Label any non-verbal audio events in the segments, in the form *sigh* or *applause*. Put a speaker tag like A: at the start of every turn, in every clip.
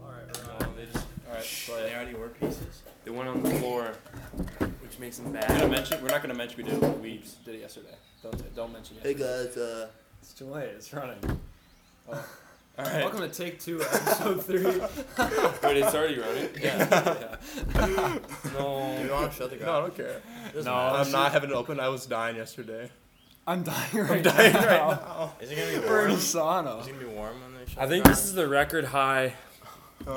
A: Oh, Alright, so they already were pieces.
B: The one on the floor, which makes them
A: We're, gonna
B: bad.
A: mention, we're not gonna mention we did it. We just did it yesterday. Don't don't mention
C: Hey
A: yesterday.
C: guys, uh,
D: It's too late. It's running.
A: All right.
D: Welcome to take *laughs* two, episode three.
B: Wait, it's already running.
A: Yeah.
C: do you
B: No.
C: want to shut the
E: No, I
C: ground?
E: don't care.
C: Doesn't
D: no,
C: matter.
E: I'm not having it open. I was dying yesterday.
D: I'm dying right
E: I'm dying
D: now.
E: right now.
C: Is it gonna be
D: We're
C: warm?
D: in a
C: Is it
D: sauna.
C: gonna be warm when they shut
B: I
C: the
B: think
C: ground?
B: this is the record high.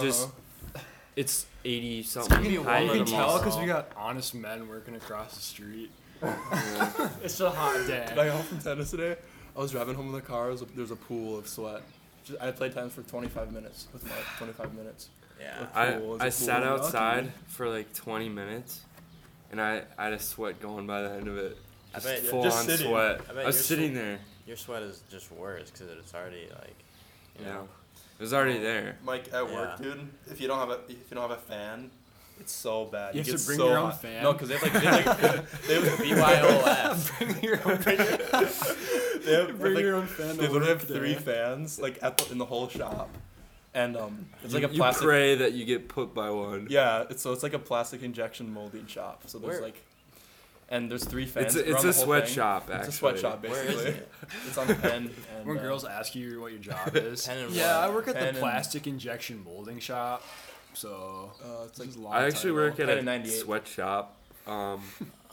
B: Just
E: Uh-huh.
B: it's eighty something.
C: warm
B: high
C: in
D: You can
C: the
D: tell
C: mall.
D: because we got honest men working across the
C: *laughs*
D: street. it's a hot
E: Did I
D: day.
E: got home from tennis today. I was driving home in the car. There's a, there was a pool of sweat. Just, I played tennis for 25 minutes. With my 25 minutes.
C: Yeah.
B: Uh, I,
E: Cool, it's
B: I
E: a
B: sat
E: cool mountain.
B: outside for like 20 minutes, and I, I had a sweat going by the end of it.
C: I
B: Just
C: bet-
B: full
C: just
B: on
C: sitting.
B: sweat.
C: I
B: I,
C: bet
B: was
C: you're
B: sitting
C: so-
B: there.
C: Your sweat is just worse because it's already like, you
B: You
C: know.
B: know, it was already there.
E: Like at work, dude. If you don't have a if you don't have a fan, it's so bad.
D: You
E: It
D: have to
E: gets
D: bring
E: so
D: your own
E: hot.
D: fan?
E: No, because they have like
A: *laughs*
E: they have, like, they have a
C: BYOF.
D: Bring your own,
E: They have,
D: bring
E: like,
D: your own fan.
E: They
D: to
E: literally
D: work
E: have three
D: day.
E: fans like at the, in the whole shop, and um, it's like
B: You-
E: a plastic.
B: You pray that you get put by one.
E: Yeah, it's, so it's like a plastic injection molding shop. So there's
C: Where-
E: like, and there's three
B: It's
E: fans.
B: a, it's
E: around
B: a
E: the whole thing.
B: sweatshop actually.
E: It's a sweatshop
C: Where is
E: basically.
C: it?
E: *laughs* It's on Penn. And,
D: When
E: uh,
D: girls ask you what your
C: *laughs*
D: job is,
C: Pen and
D: yeah, I
C: roll.
D: work at
E: Pen
D: the
E: and-
D: plastic injection molding shop. So
E: uh, it's
D: this
E: like
D: is a long
B: I actually
D: title.
B: work at
E: Pen
B: a
E: in 98.
B: sweatshop. Um,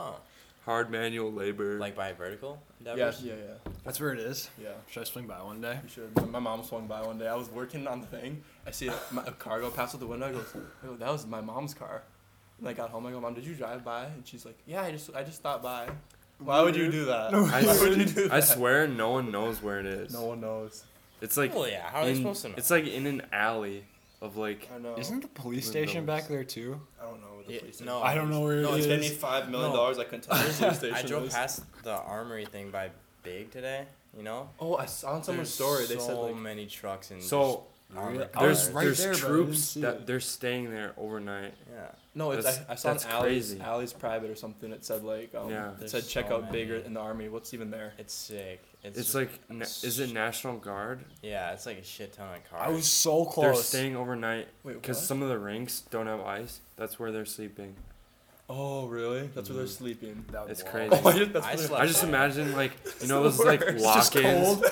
C: Oh,
B: hard manual labor.
C: like by vertical
E: yeah,
C: endeavors.
E: yeah, yeah,
D: That's where it is.
E: yeah.
D: Should I swing by one day?
E: You should. My- My mom swung by one day. I was working on the thing. I see a, my, a car go past with the window. I go, "Yo, that was my mom's car." And I got home. I go, "Mom, did you drive by?" And she's like, "Yeah, I just I just stopped by." Why would you do that?
B: I,
E: Why would you
B: s- *laughs*
E: do
B: I
E: that?
B: swear, no one knows where it is.
E: No one knows.
B: It's like
C: well, yeah. How are they
B: in-
C: supposed to know?
B: it's like in an alley of like
E: I know.
D: Isn't the police
B: Windows.
D: station back there too?
E: I don't know where the
C: Yeah,
E: police.
C: no,
D: I don't know where
E: No,
D: it
E: it's
D: is.
E: eighty five million dollars. I couldn't tell
C: *laughs*
E: you where the station
C: I drove
E: is.
C: past the armory thing by Big today. You know.
E: Oh, I saw on someone's
C: There's
E: story. They
C: so
E: said like
C: many trucks and
B: so.
C: armored
D: I was
B: There's
D: right
B: there's
D: there, but I didn't
B: troops
D: see
B: that
D: it.
B: they're staying there overnight.
C: yeah.
E: no, it's I,
B: That's-
E: I saw an
B: that's
E: Alley's,
B: crazy.
E: Alley's private or something. It said like um,
B: Yeah.
E: it
C: There's
E: said check
C: so
E: out bigger
C: many.
E: in the army. What's even there?
C: It's sick. It's,
B: It's
C: just-
B: like na- is it National Guard?
C: yeah. It's like a shit ton of cars.
D: I was *laughs* so
B: They're
D: close.
B: staying overnight
E: Wait,
B: because
E: what?
B: some of the rinks don't have ice. That's where they're sleeping.
E: Oh, really? That's where they're
B: Mhm.
E: sleeping.
D: That
B: It's
D: wall.
B: crazy.
E: Oh, *laughs* yeah, that's
C: I
E: where they're-
C: slept
B: I just
C: there.
B: imagine like you
E: the
B: know those like
E: worst.
D: It's just
B: lock-ins.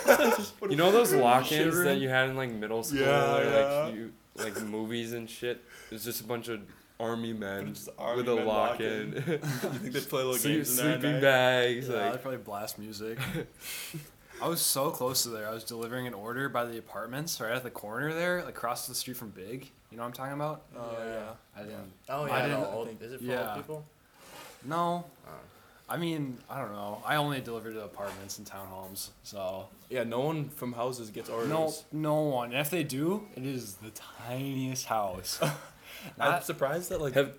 B: *laughs*
D: cold.
B: You know those lock-ins that
D: Shivering.
B: you had in like middle school
E: Yeah,
B: or
E: yeah.
B: like you like movies and shit. It's just a bunch of army men
E: Just army
B: with a
E: men
B: lock-in, *laughs*
E: You
D: *laughs*
E: think they play little
B: Sleep-
E: games in there? at
B: sleeping
E: night?
B: bags.
D: Yeah, they
B: like,
D: probably blast music. I was so close to there. I was delivering an order by the apartments right at the corner there, like across the street from Big. You know what I'm talking about? Uh,
E: Oh yeah.
D: I didn't.
C: Oh yeah.
D: I
C: the
D: didn't
C: old,
E: think-
C: is it for
D: yeah.
C: old people?
D: No.
C: Oh.
D: I mean, I don't know. I only delivered to apartments and townhomes, so
E: Yeah, no one from houses gets orders.
D: no, no one. And if they do, it is the tiniest house.
E: I'm
D: Not-
E: surprised that like
B: Have-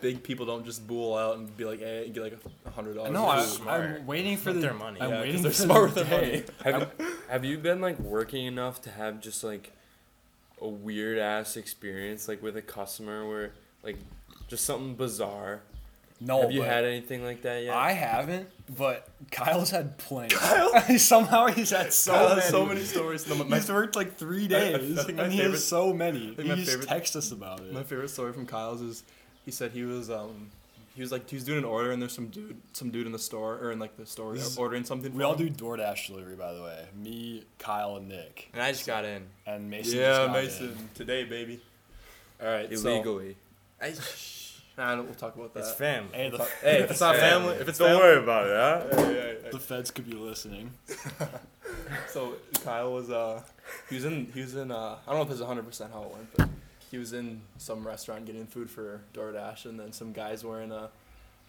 E: big people don't just bool out and be like, hey, and get like a hundred dollars.
D: no, I,
E: *laughs*
D: *laughs*
C: smart.
D: I'm waiting for
C: With
D: the.
C: their money.
D: I'm
E: Yeah, 'cause
D: waiting
E: they're
D: for
E: smart
D: the
E: with their money.
D: day.
B: Have, have you been like working enough to have just like a weird ass experience like with a customer where like just something bizarre?
E: Oh,
D: No,
B: have you
D: but-
B: had anything like that yet?
D: I haven't, but Kyle's had plenty. *laughs* Somehow he's had so
E: Kyle
D: many.
E: has so many stories.
D: *laughs*
E: No, my,
D: He's worked like three
E: I- I
D: days,
E: think my
D: and he
E: favorite-
D: has so many.
E: think
D: He
E: my
D: just
E: favorite-
D: texts us about it.
E: my favorite story from Kyle's is he said he was um he was like he was doing an order and there's some dude some dude in the store or in like the store
D: This is-
E: ordering something.
D: we
E: for
D: all
E: him.
D: do DoorDash delivery, by the way. Me, Kyle, and Nick,
C: And I just got in.
D: and Mason.
E: yeah,
D: just got
E: Mason, today, baby. All right, So,
B: illegally.
C: I,
E: Nah, we'll talk about that.
C: it's family. *laughs*
D: in. Hey, the,
E: hey, if it's
B: *laughs*
E: not
C: Hey,
E: family, if it's
B: Don't
E: family,
B: worry about that.
E: Hey, hey, hey.
D: the feds could be listening.
E: So Kyle was uh he was in he was in uh I don't know if it's hundred percent how it went, but he was in some restaurant getting food for DoorDash and then some guys wearing a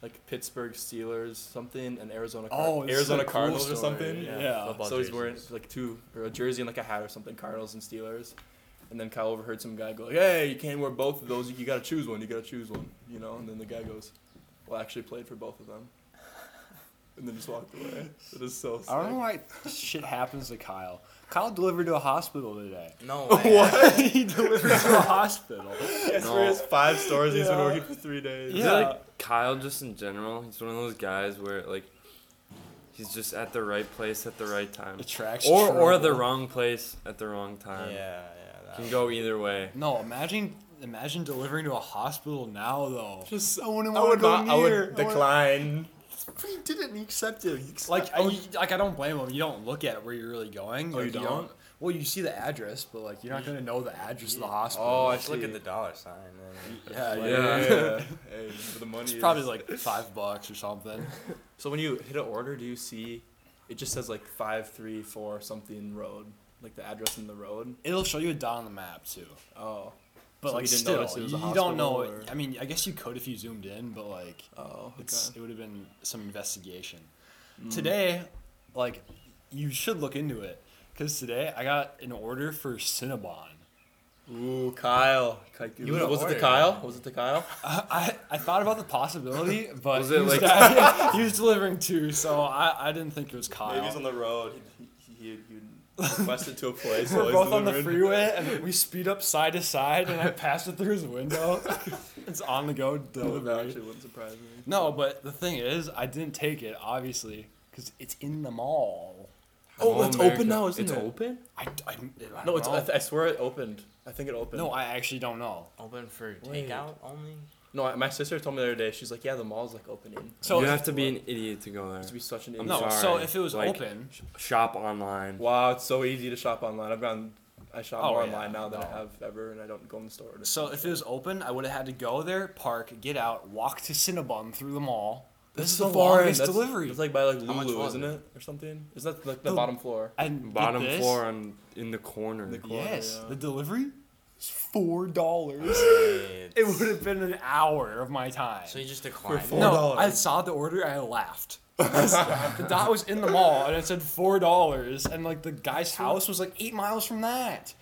E: like Pittsburgh Steelers something and Arizona Car-
D: Oh, this is
E: Arizona
D: a cool
E: Cardinals or
D: story,
E: something.
D: yeah.
C: Football
E: So he's
C: jerseys.
E: wearing like two or a jersey and like a hat or something, Cardinals and Steelers. And then Kyle overheard some guy go, Hey, you can't wear both of those, you, you gotta choose one, you gotta choose one you know, and then the guy goes, Well I actually played for both of them. And then just walked away. It is so sick.
D: I don't know why shit happens to Kyle. Kyle delivered to a hospital today.
C: No way.
D: What? *laughs* he delivered to a hospital.
E: Yes,
B: No.
E: his five stores. He's been
D: Yeah.
E: working for three days.
B: Is it
D: Yeah.
B: like Kyle just in general? He's one of those guys where like he's just at the right place at the right time.
D: Attracts
B: Or or
D: trouble.
B: the wrong place at the wrong
C: Yeah,
B: time.
C: yeah. That
B: Can go either way.
D: No, imagine imagine delivering to a hospital now though.
E: Just
D: someone who
E: I would not. I would decline.
A: He didn't. He accepted. He accepted.
D: Like, I, like I don't blame them. You don't look at where you're really going.
E: Oh, you
D: Like,
E: don't?
D: Well, you see the address, but like you're not gonna know the address of the hospital.
C: Oh, I just look at the dollar sign. Man.
D: yeah,
E: Like,
D: yeah.
E: *laughs* hey, for the money.
D: It's
E: is-
D: probably like five bucks or something.
E: So when you hit an order, do you see? It just says like five three four something road, like the address in the road.
D: It'll show you it down on the map too.
E: Oh,
D: But
E: So
D: like
E: you didn't
D: still,
E: notice it was a
D: you don't know.
E: hospital, or-
D: I mean, I guess you could if you zoomed in, but like
E: oh,
D: it's
E: okay. Mm.
D: it would have been some investigation. Today, like you should look into it because today I got an order for Cinnabon.
E: Ooh, Kyle. Ki-
C: You
E: was,
C: would've
E: it the
C: ordered
E: Kyle?
C: that.
E: Was it the Kyle?
D: I, I, I thought about the possibility, but
B: Was it
D: he, was
B: like-
D: guy- *laughs* he was delivering two, so I, I didn't think it was Kyle.
E: the road. He, he, requested *laughs* to a place.
D: We're both on the freeway and we speed up side to side, and I passed it through his window. *laughs* it's on the go
E: *laughs* That
D: delivery.
E: actually wouldn't surprise me.
D: No, but the thing is, I didn't take it obviously because it's in the mall.
E: Oh,
B: Mall
E: it's
B: America.
E: open now, isn't
B: it's
E: it?
B: open?
D: I, I, I
E: No,
D: don't
E: it's.
D: know.
E: I, th- I swear it opened. I think it opened.
D: no, I actually don't know.
C: Open for
E: Wait.
C: takeout
E: *laughs*
C: only.
E: No, I- my sister told me the other day. She's like, yeah, the mall's like opening.
D: So
B: you have to be an idiot to go there.
E: To be such an
B: I'm
E: idiot.
D: no. So
B: sorry,
D: if it was
B: like-
D: open,
B: Shop online.
E: Wow, it's so easy to shop online. I've gone. I shop
D: Oh,
E: more
D: yeah,
E: online now than
D: no.
E: I have ever, and I don't go in the store. to-
D: so if it was open, I would have had to go there, park, get out, walk to Cinnabon through the mall. This, is the
E: far end.
D: longest
E: That's-
D: delivery.
E: It's like by like
C: much
E: Lulu,
C: was
E: isn't
C: it?
E: it, or something? Is that like the,
D: The-
E: bottom floor?
D: and get
B: Bottom
D: this?
B: floor on in the corner.
E: The corner,
D: Yes,
E: yeah.
D: the delivery is four dollars. *laughs* it
C: It's-
D: would have been an hour of my time.
C: So you just declined.
E: four-
C: it.
D: No,
E: $4.
D: I saw the order. I laughed. *laughs* the dot was in the mall, and it said four dollars, and like the guy's house was like eight miles from that.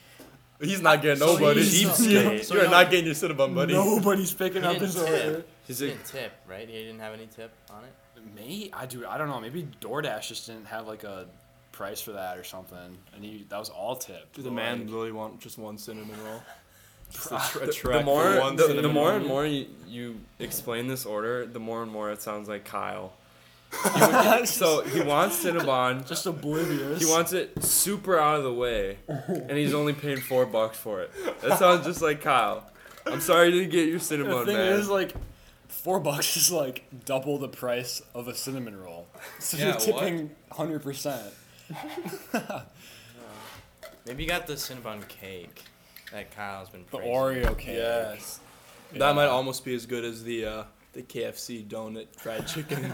E: He's not getting
D: So
E: nobody.
D: he's-
B: Cheapskate.
E: You're not getting your Cinnabon, buddy.
D: Nobody's picking
C: He
D: up his
C: didn't
D: order.
C: tip.
B: He's
C: He
B: like-
C: didn't tip, right? He didn't have any tip on it.
D: Me, I do. I don't know. Maybe DoorDash just didn't have like a price for that or something, and he, that was all tipped.
E: Did the man really want just one cinnamon roll? *laughs* Just a tra- a track
B: the
E: for
B: more
E: one
B: the, the
E: cinnamon
B: more
E: roll.
B: and more you, you explain this order, the more and more it sounds like Kyle. So he wants Cinnabon.
D: just oblivious.
B: He wants it super out of the way, and he's only paying four bucks for it. That sounds just like Kyle. I'm sorry you didn't get your
D: The
B: Cinnabon,
D: thing
B: man.
D: is, like, four bucks is like double the price of a cinnamon roll. So
B: Yeah,
D: you're
B: what?
D: tipping hundred percent.
C: Maybe you got the Cinnabon cake that Kyle's been
D: The
C: praising.
D: Oreo cake.
E: Yes. That
D: Yeah.
E: might almost be as good as the uh, the KFC donut
B: *laughs*
E: fried chicken.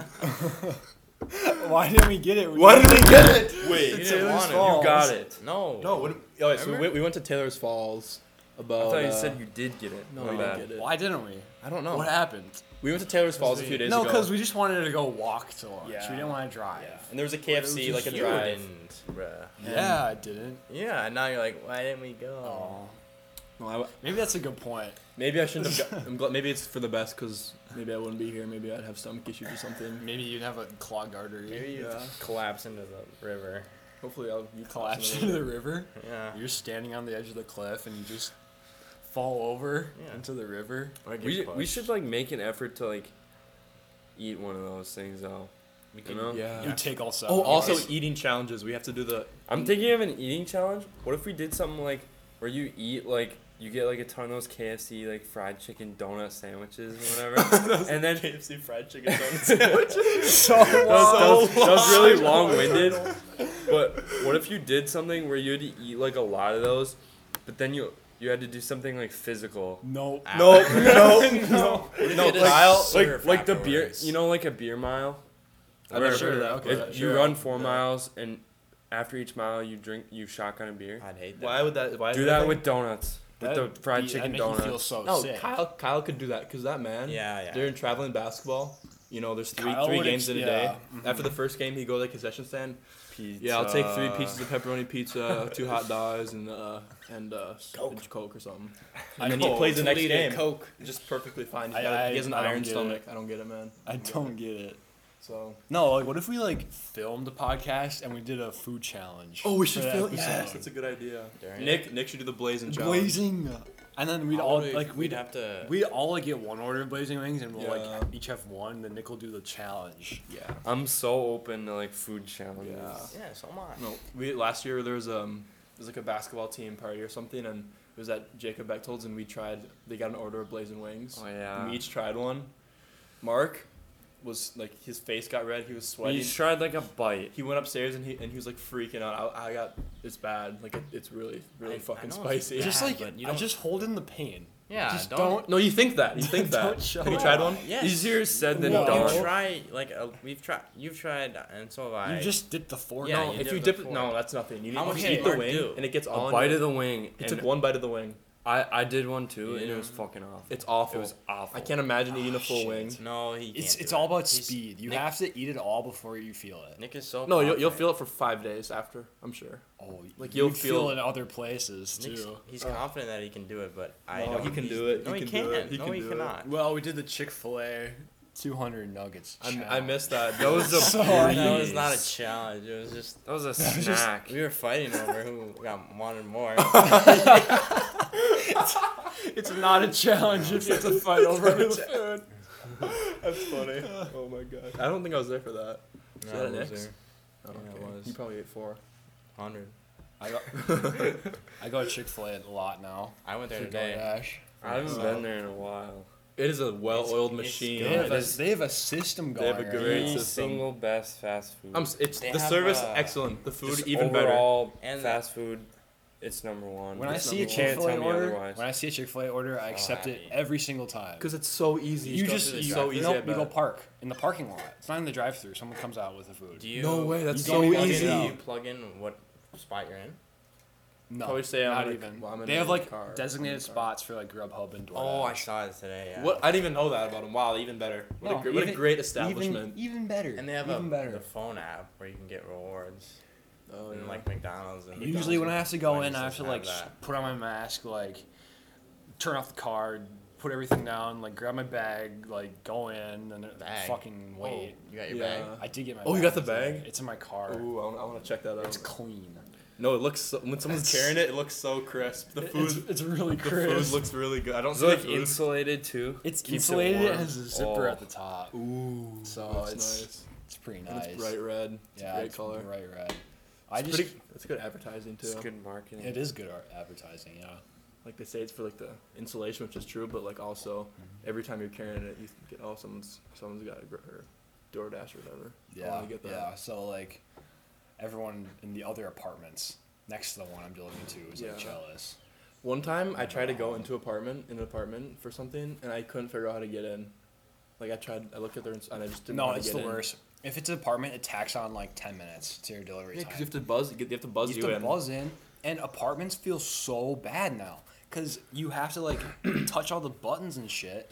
D: Why didn't we get it?
E: we get it?
C: You
E: oh, Wait.
C: didn't
D: Taylor's
C: want it.
D: fault.
B: you got it.
C: No.
E: No. What, oh, wait, so we,
C: Remember?
E: went- we went to Taylor's Falls.
B: I
E: About.
B: thought you
E: uh,
B: said you did get it.
E: No,
B: My
E: we
B: bad.
E: didn't get it.
D: Why didn't we?
E: I don't know.
D: What happened?
E: We went to Taylor's Falls a few days
D: no,
E: ago.
D: because we just wanted to go walk to lunch.
E: Yeah.
D: We didn't want to drive.
E: and there was a KFC, like a
C: you
E: drive.
C: didn't, bruh.
D: Yeah, I didn't.
C: Yeah, and now you're like, why didn't we go?
D: Oh.
E: No, I,
D: Maybe that's a good point.
E: maybe I shouldn't
B: *laughs*
E: have. Got, I'm glad, maybe it's for the best because maybe I wouldn't be here. Maybe I'd have stomach issues or something.
D: Maybe you'd have a clogged artery.
C: Maybe you
B: uh,
E: Yeah.
C: collapse into the river.
E: Hopefully, I'll you
D: collapse into the river.
C: Yeah.
D: You're standing on the edge of the cliff and you just fall over
C: Yeah.
D: into the river.
B: We, we should like make an effort to like eat one of those things though. *laughs*
C: We
B: You
C: could-
B: know?
E: Yeah.
D: You take all seven.
E: Oh,
D: of
E: also *laughs*
D: us.
E: eating challenges. We have to do the.
B: I'm thinking of an eating challenge. What if we did something like where you eat like you get like a ton of those KFC like fried chicken donut sandwiches or whatever, and then
E: KFC fried chicken *laughs* donuts.
D: so
B: that was,
D: long.
B: that was- that was
D: *laughs*
B: really long winded. But what if you did something where you had to eat like a lot of those, but then you you had to do something like physical.
D: No.
B: No,
E: *laughs*
B: no,
D: No.
B: no,
C: It is
B: like, like
C: served
B: like the beer,
C: afterwards.
B: you know, like a beer mile.
E: I've
B: Where
E: never heard of that.
D: Okay.
B: if you run four miles, and after each mile you drink, you shotgun a beer.
C: I'd hate that.
E: Why would that? Why
B: Do
E: would
B: that with donuts, with
D: *laughs* That'd
B: the fried
D: be-
B: chicken
D: that'd make you feel
B: donuts.
D: so
E: No,
D: sick.
E: Oh, Kyle. Kyle could do that because that man.
C: Yeah, yeah.
E: During traveling basketball, you know, there's three
D: Kyle
E: three
D: would
E: games
D: ex-
E: in a
D: yeah, mm-hmm.
E: day. After the first game, he go to the concession stand. Yeah, I'll take three pieces of pepperoni pizza, *laughs* two hot dogs, and uh and uh coke, and coke or something. And then he
D: Coke.
E: plays the next
C: Liter
E: game.
C: Coke.
E: Just perfectly fine. He's
D: I-
E: got a-
D: I-
E: he has an
D: I don't
E: iron
D: get
E: stomach. I don't get it, man.
D: I don't get it.
E: So
D: No, like what if we like filmed a podcast and we did a food challenge?
E: Oh,
D: for the
E: Yes,
D: episode?
E: that's a good idea.
C: During
E: Nick, Nick should do the blazing challenge.
D: Blazing. And then we'd
C: How
D: all
C: would we-
D: like we'd
C: we'd have to.
D: we'd all like get one order of blazing wings and we'll
E: Yeah.
D: like each have one. Then Nick will do the challenge.
E: Yeah.
B: I'm so open to like food challenges.
E: Yeah.
C: yeah, so am I.
E: No, we last year there was um there was like a basketball team party or something, and It was at Jacob Bechtold's, and we tried. They got an order of blazing wings.
B: Oh yeah.
E: We each tried one. Mark was like his face got red. He was sweating.
B: He tried like a bite.
E: He went upstairs and he and he was like freaking out. I, I got it's bad. Like it, it's really really
C: I- I
E: fucking
C: know it's
E: spicy.
C: bad.
D: Just like
C: but you
D: I
C: don't-
D: just hold in the pain.
C: Yeah,
D: just
C: don't-
E: No, you think that. You think that.
D: Don't show
E: Have you
D: it.
E: tried one?
C: Yes.
B: Easier said than
C: Well,
D: No.
C: You
B: done.
C: try like uh, we've tried. You've tried, and so have I.
D: You just dip the fork.
C: Yeah,
E: no,
C: you
E: if
C: dip
E: you
C: the
E: dip it,
C: fork.
E: no, that's nothing. You need
C: How
E: to
C: much
E: just eat
C: did
E: the
C: Mark
E: wing,
C: do?
E: and it gets
B: A
E: all. in
B: bite
E: you.
B: of the wing.
E: He
B: and
E: took one bite of the wing.
B: I I did one too, and it was
C: Yeah.
B: fucking awful.
E: It's awful.
B: It was awful.
E: I can't imagine eating a
D: Ah,
E: full
D: shit.
E: wing.
C: no. He can't
D: It's it's
C: do
D: all
C: it.
D: about
C: He's-
D: speed. You
C: Nick-
D: have to eat it all before you feel it.
C: Nick is so.
E: No, you'll, you'll
C: confident.
E: feel it for five days after. I'm sure.
D: Oh,
E: Like,
D: you
E: you'll feel-
D: in other places too.
C: Nick's- he's confident that he can do it, but I
E: No,
C: don't.
E: he can
C: he's-
E: do it.
C: No,
E: He
C: he,
E: can do
C: can't.
E: it. He
C: No,
E: can
C: he
E: do it.
D: *laughs*
C: cannot.
D: Well, we did the Chick Fil A, two hundred nuggets.
E: I, I
D: challenge.
E: missed that.
B: That
D: *laughs*
B: was a
D: Sorry.
C: That was not a
B: breeze.
C: challenge. It was just
B: That was
E: *laughs*
B: a
D: was just-
B: snack.
C: we were fighting over who got
D: *laughs*
C: wanted more.
D: It's not a challenge *laughs* if it's a fight over
E: food. That's funny. Oh my god. I don't think I was there for that.
C: No,
E: that an
C: it was
E: X?
C: her.
E: Oh,
C: Yeah, it was.
E: You probably ate four.
C: Hundred.
D: I go, I go to Chick Fil A a lot now.
C: I went there
D: Through
C: today.
D: DoorDash.
B: I haven't
E: So-
B: been there in a while.
E: It is a well-oiled
C: it's
E: machine.
D: They have,
B: it
D: a,
B: is-
D: they have a system
E: They
D: going.
E: have a
D: right
E: great
D: now.
B: The
E: system.
B: single best fast food.
E: I'm, s- it's
C: They
E: the
C: have,
E: service
C: uh,
E: excellent. The food
B: Just
E: even better.
B: overall,
C: And-
B: fast food, it's number one.
D: When I
E: It's
D: see a
E: number
D: Chick
B: can't
D: Fil A
B: tell me
D: order,
B: otherwise.
D: when I see a Chick Fil A order, I
C: So
D: accept it
C: happy.
D: every single time.
E: Because it's so easy.
D: You just
E: it's
D: you,
E: so easy.
D: Nope,
E: at
D: you go
E: best.
D: park in the parking lot. It's not in the drive-through. Someone comes out with the food.
C: Do you?
E: No way. That's
D: You
E: so
D: don't
C: plug
D: even
C: in-
E: easy.
D: get out.
C: You plug in what spot you're in.
D: No,
E: Probably say I'm
D: not
E: in a-
D: even.
E: well, I'm in
D: they
E: a
D: have like
E: car.
D: designated
E: I'm in a
D: spots for like Grubhub and DoorDash.
C: Oh, I saw it today. Yeah.
E: What? I didn't even know that about him. Wow, even better. What,
D: No,
E: a, gr- what a
D: even-
E: great establishment.
D: Even, even better.
C: And they have
D: even
C: a,
D: better.
C: the phone app where you can get rewards.
E: oh,
C: and
E: yeah.
C: like McDonald's and
D: Usually, when I have to go
C: Mine
D: in, I have
C: just
D: to
C: doesn't
D: like
C: have
D: s-
C: that.
D: put on my mask, like turn off the card, put everything down, like grab my bag, like go in, and then
C: Bag?
D: fucking wait.
C: you got your
E: Yeah.
C: bag.
D: I did get my.
E: Oh, you got the
D: today.
E: bag?
D: It's in my car.
E: Ooh, I wanna- I want to check that out.
D: It's clean.
E: No, it looks so, when someone's
D: It's-
E: carrying it, it looks so crisp. The food,
D: *laughs* It's, it's really
E: the food
D: crisp.
E: looks really good. I don't
B: Is it
E: see the
B: like
E: food.
B: insulated too?
D: it's
B: keeps it
D: insulated. It
B: warm.
D: has a zipper
B: Oh.
D: at the top.
E: Ooh,
D: So
E: that's
D: it's-
E: nice.
D: It's pretty
E: And
D: nice.
E: It's bright red. It's
D: yeah,
E: a great
D: it's
E: color.
D: bright red. I
E: It's
D: just
E: pretty, that's good advertising too.
B: It's good marketing.
D: it is good art advertising. Yeah.
E: Oh, Like they say, it's for like the insulation, which is true, but like also
D: Mm-hmm.
E: every time you're carrying it, you get oh someone's someone's got a gr- or DoorDash or whatever. I
D: Yeah,
E: wanna get that.
D: yeah. So like, everyone in the other apartments next to the one I'm delivering to is like
E: Yeah.
D: jealous.
E: One time I tried to go into apartment in an apartment for something, and I couldn't figure out how to get in. Like I tried, I looked at their ins- and I just didn't. know
D: no,
E: how to
D: it's
E: get
D: the
E: in.
D: worst. If it's an apartment, it tacks on like ten minutes to your delivery
E: Yeah,
D: time.
E: because you have to buzz. You have to buzz
D: You have to
E: in.
D: buzz in, and apartments feel so bad now because you have to like *clears throat* touch all the buttons and shit.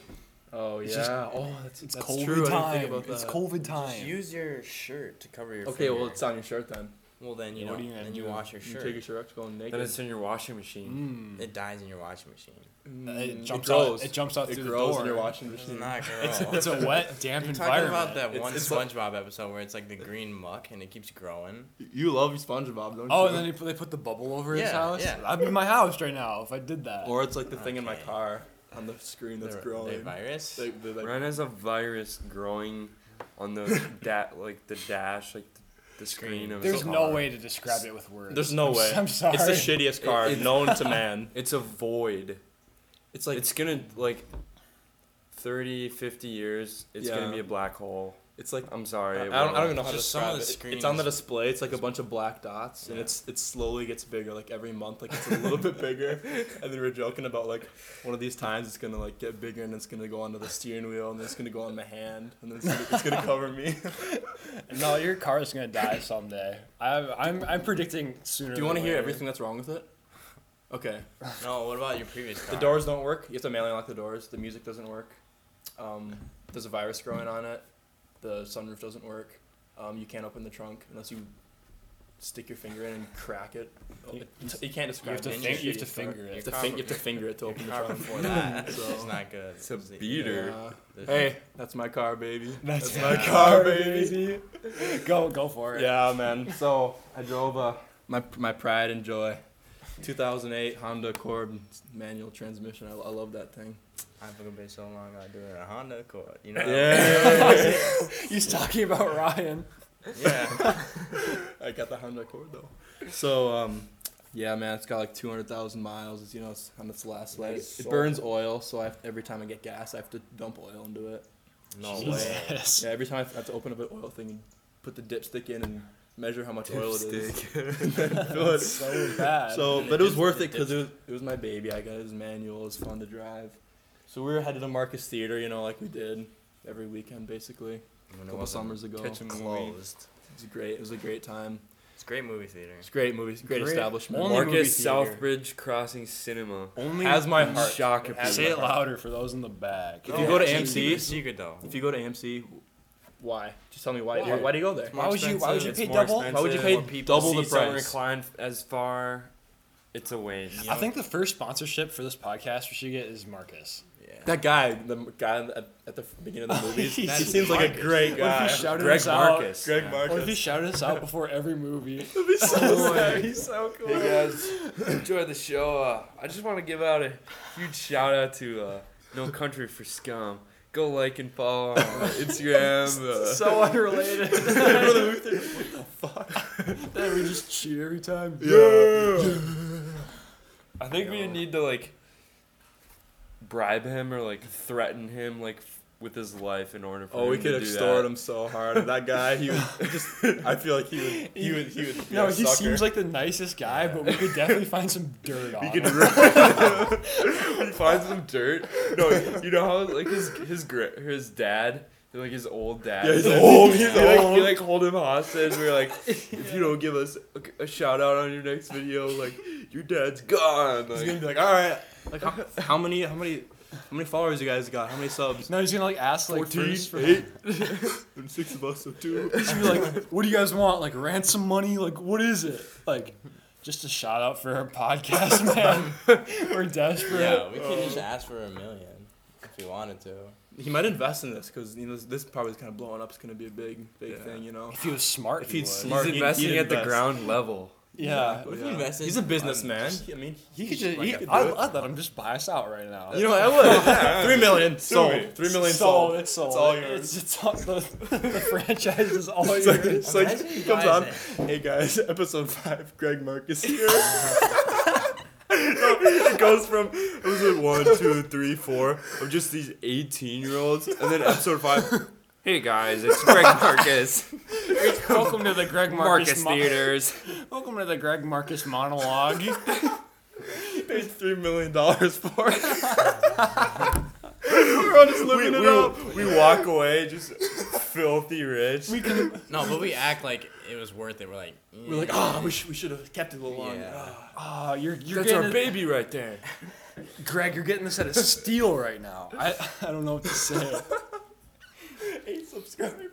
E: Oh
D: It's
E: yeah.
D: just-
E: oh, that's
D: It's
E: that's
D: COVID
E: true. I didn't
D: time.
E: think about
D: It's
E: that.
D: COVID
C: Just
D: time.
C: use your shirt to cover your.
E: Okay, well,
C: finger.
E: it's on your shirt then.
C: well then you
D: Yeah,
C: know
D: what are you
C: then
D: gonna
C: you
D: do?
C: wash your
E: You
C: shirt.
E: take your shirt off, it's going naked.
B: Then it's in your washing machine.
D: Mm.
C: It dies in your washing machine.
E: Mm,
D: It jumps
E: grows.
D: out. It jumps out
E: It
D: through
E: grows
D: the door.
E: in *laughs* your washing
C: It's
E: machine.
C: not grow.
D: It's, it's a *laughs* wet, damp
C: You're talking
D: environment.
C: about that
E: It's-
C: one
E: it's like-
C: SpongeBob episode where it's like the green muck and it keeps growing.
E: You love SpongeBob, don't you?
D: Oh, and then they put, they put the bubble over his
C: Yeah,
D: house.
C: yeah.
D: I'd be in my house right now if I did that.
E: or it's like the thing in my
C: Okay.
E: car on the screen that's
C: the, The
E: growing.
C: virus.
E: They- they, like-
B: Ryan has a virus growing on
E: *laughs*
B: the dat like the dash, like the, the screen of his
D: There's no
B: car.
D: way to describe it with words.
E: there's no
D: I'm
E: way.
D: s- I'm sorry.
E: It's the shittiest car known
B: *laughs*
E: to man.
B: It's a void.
E: It's like it's,
B: it's gonna like 30, 50 years. It's
E: Yeah.
B: gonna be a black hole.
E: like
B: I'm
E: I,
B: sorry.
E: I
B: it
E: don't, I don't
B: will.
E: even know how to
C: Just some of
E: describe
C: the
E: it. It- It's on the
C: screens-
E: display. It's like a bunch of black dots, and
C: Yeah.
E: it's it slowly gets bigger. Like every month, like it's a little bit
C: *laughs*
E: bigger. And they were joking about like one of these times it's gonna like get bigger, and it's gonna go onto the steering wheel, and then it's gonna go on my hand, and then it's gonna, it's gonna cover me.
C: *laughs*
D: No, your car is gonna die someday. I'm, I'm, I'm predicting sooner.
E: Do you
D: want
E: want
D: to
E: to hear
D: *laughs*
E: everything that's wrong with it? Okay.
C: no, what about your previous car?
E: The doors don't work. You have to manually lock the doors. The music doesn't work. Um, there's a virus growing on it. The sunroof doesn't work. Um, you can't open the trunk unless you stick your finger in and crack it.
D: You-
E: It- You can't
D: You
E: describe
D: have to,
E: it.
C: Then
D: think,
E: It's
D: you
E: your
D: have to
E: shittiest car.
D: finger
E: You
D: it.
E: have to, fin- you have to finger it to open the
C: car
E: trunk. *laughs*
C: before that. *laughs* It's
E: So-
C: not good.
B: It's a
C: the-
B: beater.
E: Yeah.
C: the-
E: Hey, that's my car, baby.
D: That's
C: Yeah.
E: my car, baby.
D: go, go for
E: *laughs*
D: it.
E: Yeah, man. So I drove a my my pride and joy, 2008 Honda Accord manual transmission. I, I love that thing.
C: I've been so long. I do it in a Honda Accord. You know.
D: He's talking about
E: *laughs*
D: Ryan.
C: Yeah.
E: I got the Honda Accord though. So um, Yeah, man, it's got like 200,000 miles. It's, you know, it's on its last leg.
B: It's
E: It
B: so-
E: burns oil, so I have, every time I get gas, I have to dump oil into it. Oh,
C: No way.
D: Jesus. *laughs*
E: Yeah, every time I have to open up an oil thing and put the dipstick in and measure how much oil it *laughs* is.
C: *laughs*
E: Fill it.
A: so bad.
E: So, but it was worth it because it was, it was my baby. I got his manual. It was fun to drive. So we were headed to Marcus Theater, you know, like we did every weekend basically.
C: When
E: A
C: it
E: couple
C: wasn't
E: summers ago.
C: kitchen
E: It
C: closed.
E: was great. It was a great time.
C: It's a great movie theater.
E: It's a great movie. Great,
D: Great.
E: establishment.
D: Only
B: Marcus
D: movie
B: Southbridge Crossing Cinema.
D: Only
E: has my heart.
B: Shock
E: It has
D: Say
E: my
D: it
E: heart.
D: louder for those in the back. Oh,
E: If you go to
C: Actually,
E: AMC
C: it's secret though.
E: If you go to AMC, why? Just tell me why.
A: Why?
E: Why, do you go there?
A: Why would you- why would you
B: It's
A: pay
B: more
A: double?
E: Why would you
B: expensive.
E: pay
B: More people
E: double the
B: seats don't
E: price?
B: Recline as far. It's a waste.
D: I think the first sponsorship for this podcast we should get is Marcus.
C: Yeah.
E: That guy, the m- guy at, at the beginning of the movies, he
D: That's
E: seems like a
D: Marcus.
E: great
D: What if
E: guy.
D: he shouted
B: Greg
D: us out?
B: Marcus.
E: Greg
B: Yeah.
E: Marcus.
D: What if he shouted us out before
E: *laughs*
D: every movie?
E: That'd be so
D: Oh,
E: sad.
D: yeah.
E: He's so cool.
B: Hey *laughs* guys, enjoy the show. Uh, I just want to give out a huge shout out to uh, No Country for Scum. Go like and follow *laughs* on Instagram. Uh,
E: So
D: Oh, *laughs*
E: unrelated. what the fuck?
D: Then we just cheer every time.
B: I think we need to like bribe him or like threaten him like f- with his life in order for
E: *laughs* Oh,
B: him
E: we could
B: to do
E: extort
B: that.
E: him so hard. That guy, he would just. I feel like he would. He would. He would. Be
D: No,
E: a
D: he
E: sucker.
D: seems like the nicest guy, but we could definitely find some dirt on
B: He
D: him.
B: could he finds some dirt. No, you know how like his his gr- his dad, like his old dad.
E: Yeah, he's
B: like, *laughs*
E: old,
B: He
E: he's
B: like,
E: old.
B: he like hold him hostage. We're
E: *laughs*
B: like, if you don't give us a, a shout out on your next video, like your dad's gone.
E: He's
B: Like,
E: gonna be like, all right. Like how, how many? How many? How many followers you guys got? How many subs?
D: No, he's gonna like ask like first for
E: eight,
B: *laughs*
E: and six of us, so two.
D: He's gonna be like, "What do you guys want? Like ransom money? Like what is it? Like just a shout out for our podcast, *laughs* man. We're desperate.
C: Yeah,
E: uh,
C: we could just ask for a million if we wanted to.
E: He might invest in this because you know this, this probably is kind of blowing up. It's gonna be a big, big
B: Yeah.
E: thing, you know.
D: If he was smart,
E: If
D: he
E: he'd
D: would.
E: smart-
B: he's
E: Mark, he'd-
B: investing
E: he'd
B: at the
E: invest.
B: ground level.
D: Yeah.
E: Exactly,
C: If
E: yeah.
C: he invested
E: He's a
C: on
E: businessman.
C: just-
E: I mean,
D: He
E: he
D: could
E: could
D: just.
E: he
D: He,
E: could do
D: I,
E: it.
D: I let him just buy us out right now.
E: You know *laughs* what? I would. Three million
B: me.
E: sold. Three million
D: sold.
E: sold.
D: It's sold.
E: It's all yours.
D: It's, it's all, the, *laughs* the franchise is all
E: It's like,
D: yours.
E: it's like
C: Imagine
E: he
C: he
E: comes on.
C: buys
E: Hey guys, *laughs* episode five. Greg *laughs* Marcus here. it goes from
B: *laughs* It was like one, two, three, four of just these eighteen year olds, and then episode five. Hey guys, it's Greg Marcus.
D: Welcome to the Greg
B: Marcus
D: Marcus, mo-
B: Theaters.
D: Welcome to the Greg Marcus monologue. *laughs*
E: he paid three million dollars for it. We're all just
B: we,
E: living it
B: we,
E: up.
B: we walk away just filthy rich.
D: we can.
C: No, but we act like it was worth it. We're like,
E: We're like, ah, we, sh- we should have kept it a little longer.
C: Yeah.
E: Ah.
D: Ah, you're you're
B: That's
D: getting
B: our
D: it-
B: baby right there.
D: Greg, you're getting this at a steal right now. *laughs* I I don't know what to say.
E: eight subscribers.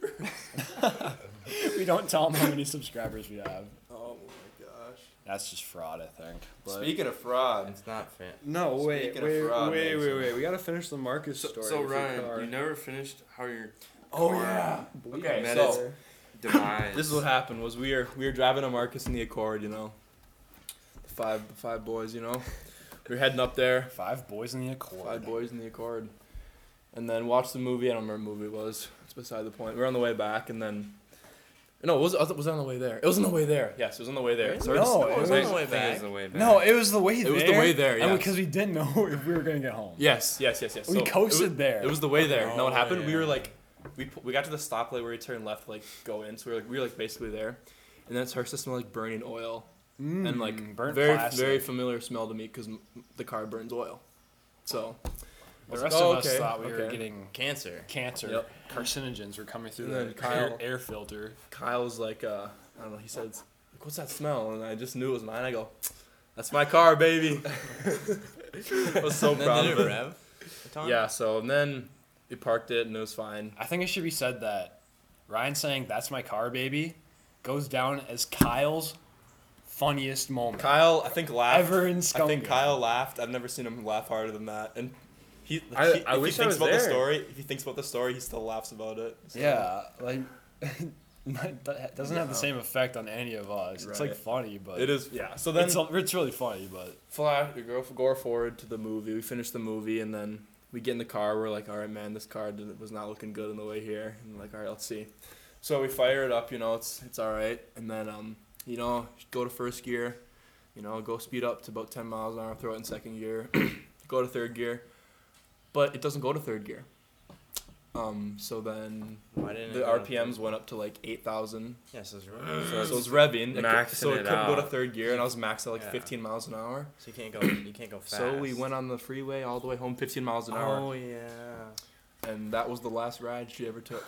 D: we don't tell them how many subscribers we have.
E: Oh my gosh.
D: That's just fraud, I think. But
E: Speaking of fraud,
C: it's not *laughs* fit.
D: no, wait,
E: Speaking of
D: wait,
E: fraud,
D: wait, wait,
E: Mason.
D: wait. We gotta finish the Marcus
B: So,
D: story.
B: so
D: with your
B: Ryan,
D: car.
B: you never finished how your
E: Oh, yeah.
B: okay,
E: Okay,
B: met
E: so-
B: its demise.
E: this is what happened was we were we were driving a Marcus in the Accord, you know. The five the five boys, you know. We were heading up there.
D: five boys in the Accord.
E: Five boys in the Accord. And then watched the movie, I don't remember what movie it was. It's beside the point. We were on the way back and then no, was it was it on the way there? It was on the way there. Yes, it was on the way there. Sorry to-
D: No, it was
B: I
D: on
C: the way
B: think it was
C: back.
B: the way back.
D: No, it was the way there.
E: It was the way there, yeah.
D: Because we didn't know *laughs* if we were gonna get home.
E: Yes, yes, yes, yes.
D: We
E: So it
D: coasted
E: was-
D: there.
E: It was the way there. no, what
C: Oh,
E: happened? We were
C: yeah.
E: like, we pu- we got to the stoplight where we turned left to like go in. So we were like, we were like basically there, and then it starts to smell like burning oil
D: Mm,
C: Hmm,
E: and like
D: burnt
E: very
D: plastic.
E: very familiar smell to me because m- the car burns oil. So
D: The
E: was
D: rest
E: like,
D: of
E: oh,
D: us
E: okay,
D: thought we were
E: okay.
D: getting
C: Cancer.
D: cancer.
E: Yep.
D: Carcinogens were coming through
E: And
D: the
E: then Kyle-
D: air, air filter.
E: Kyle's like, uh, I don't know. He said, like, "What's that smell?" And I just knew it was mine. I go, "That's my car, baby." *laughs* I was so
C: And then
E: proud
C: did
E: of
C: it
E: it.
C: rev? a ton?
E: Yeah. So and then we parked it and it was fine.
D: I think it should be said that Ryan saying "That's my car, baby" goes down as Kyle's funniest moment
E: Kyle, I think laughed.
D: ever in Skunk.
E: I think Kyle laughed. I've never seen him laugh harder than that. And he,
B: I-
E: he-
B: I
E: if
B: wish I
E: he thinks
B: was
E: about the
B: there.
E: story, if he thinks about the story, he still laughs about it. So-
D: Yeah, like *laughs* that doesn't have the same effect on any of us. It's like
E: Right.
D: funny, but
E: It is, yeah. So then,
D: it's, it's really funny, but
E: fly, we go, go forward to the movie. We finish the movie, and then we get in the car. We're like, all right, man, this car didn't, was not looking good on the way here. And like, all right, let's see. So we fire it up. You know, it's it's all right. And then, um, you know, go to first gear. You know, go speed up to about 10 miles an hour, throw it in second gear, *clears throat* go to third gear. But it doesn't go to third gear. Um, so then
C: Why didn't
E: the
C: it go to
E: RPMs
C: third?
E: went up to like 8,000.
C: Yeah, so, it's,
B: So
E: So
B: it's
E: it was revving. It cou-
B: maxing
E: so it,
B: it
E: couldn't go to
B: out.
E: third gear, and I was maxed at like
C: Yeah.
E: 15 miles an hour.
C: so you can't go. You can't go fast.
E: So we went on the freeway all the way home 15 miles an hour.
C: Oh yeah.
E: And that was the last ride she ever took.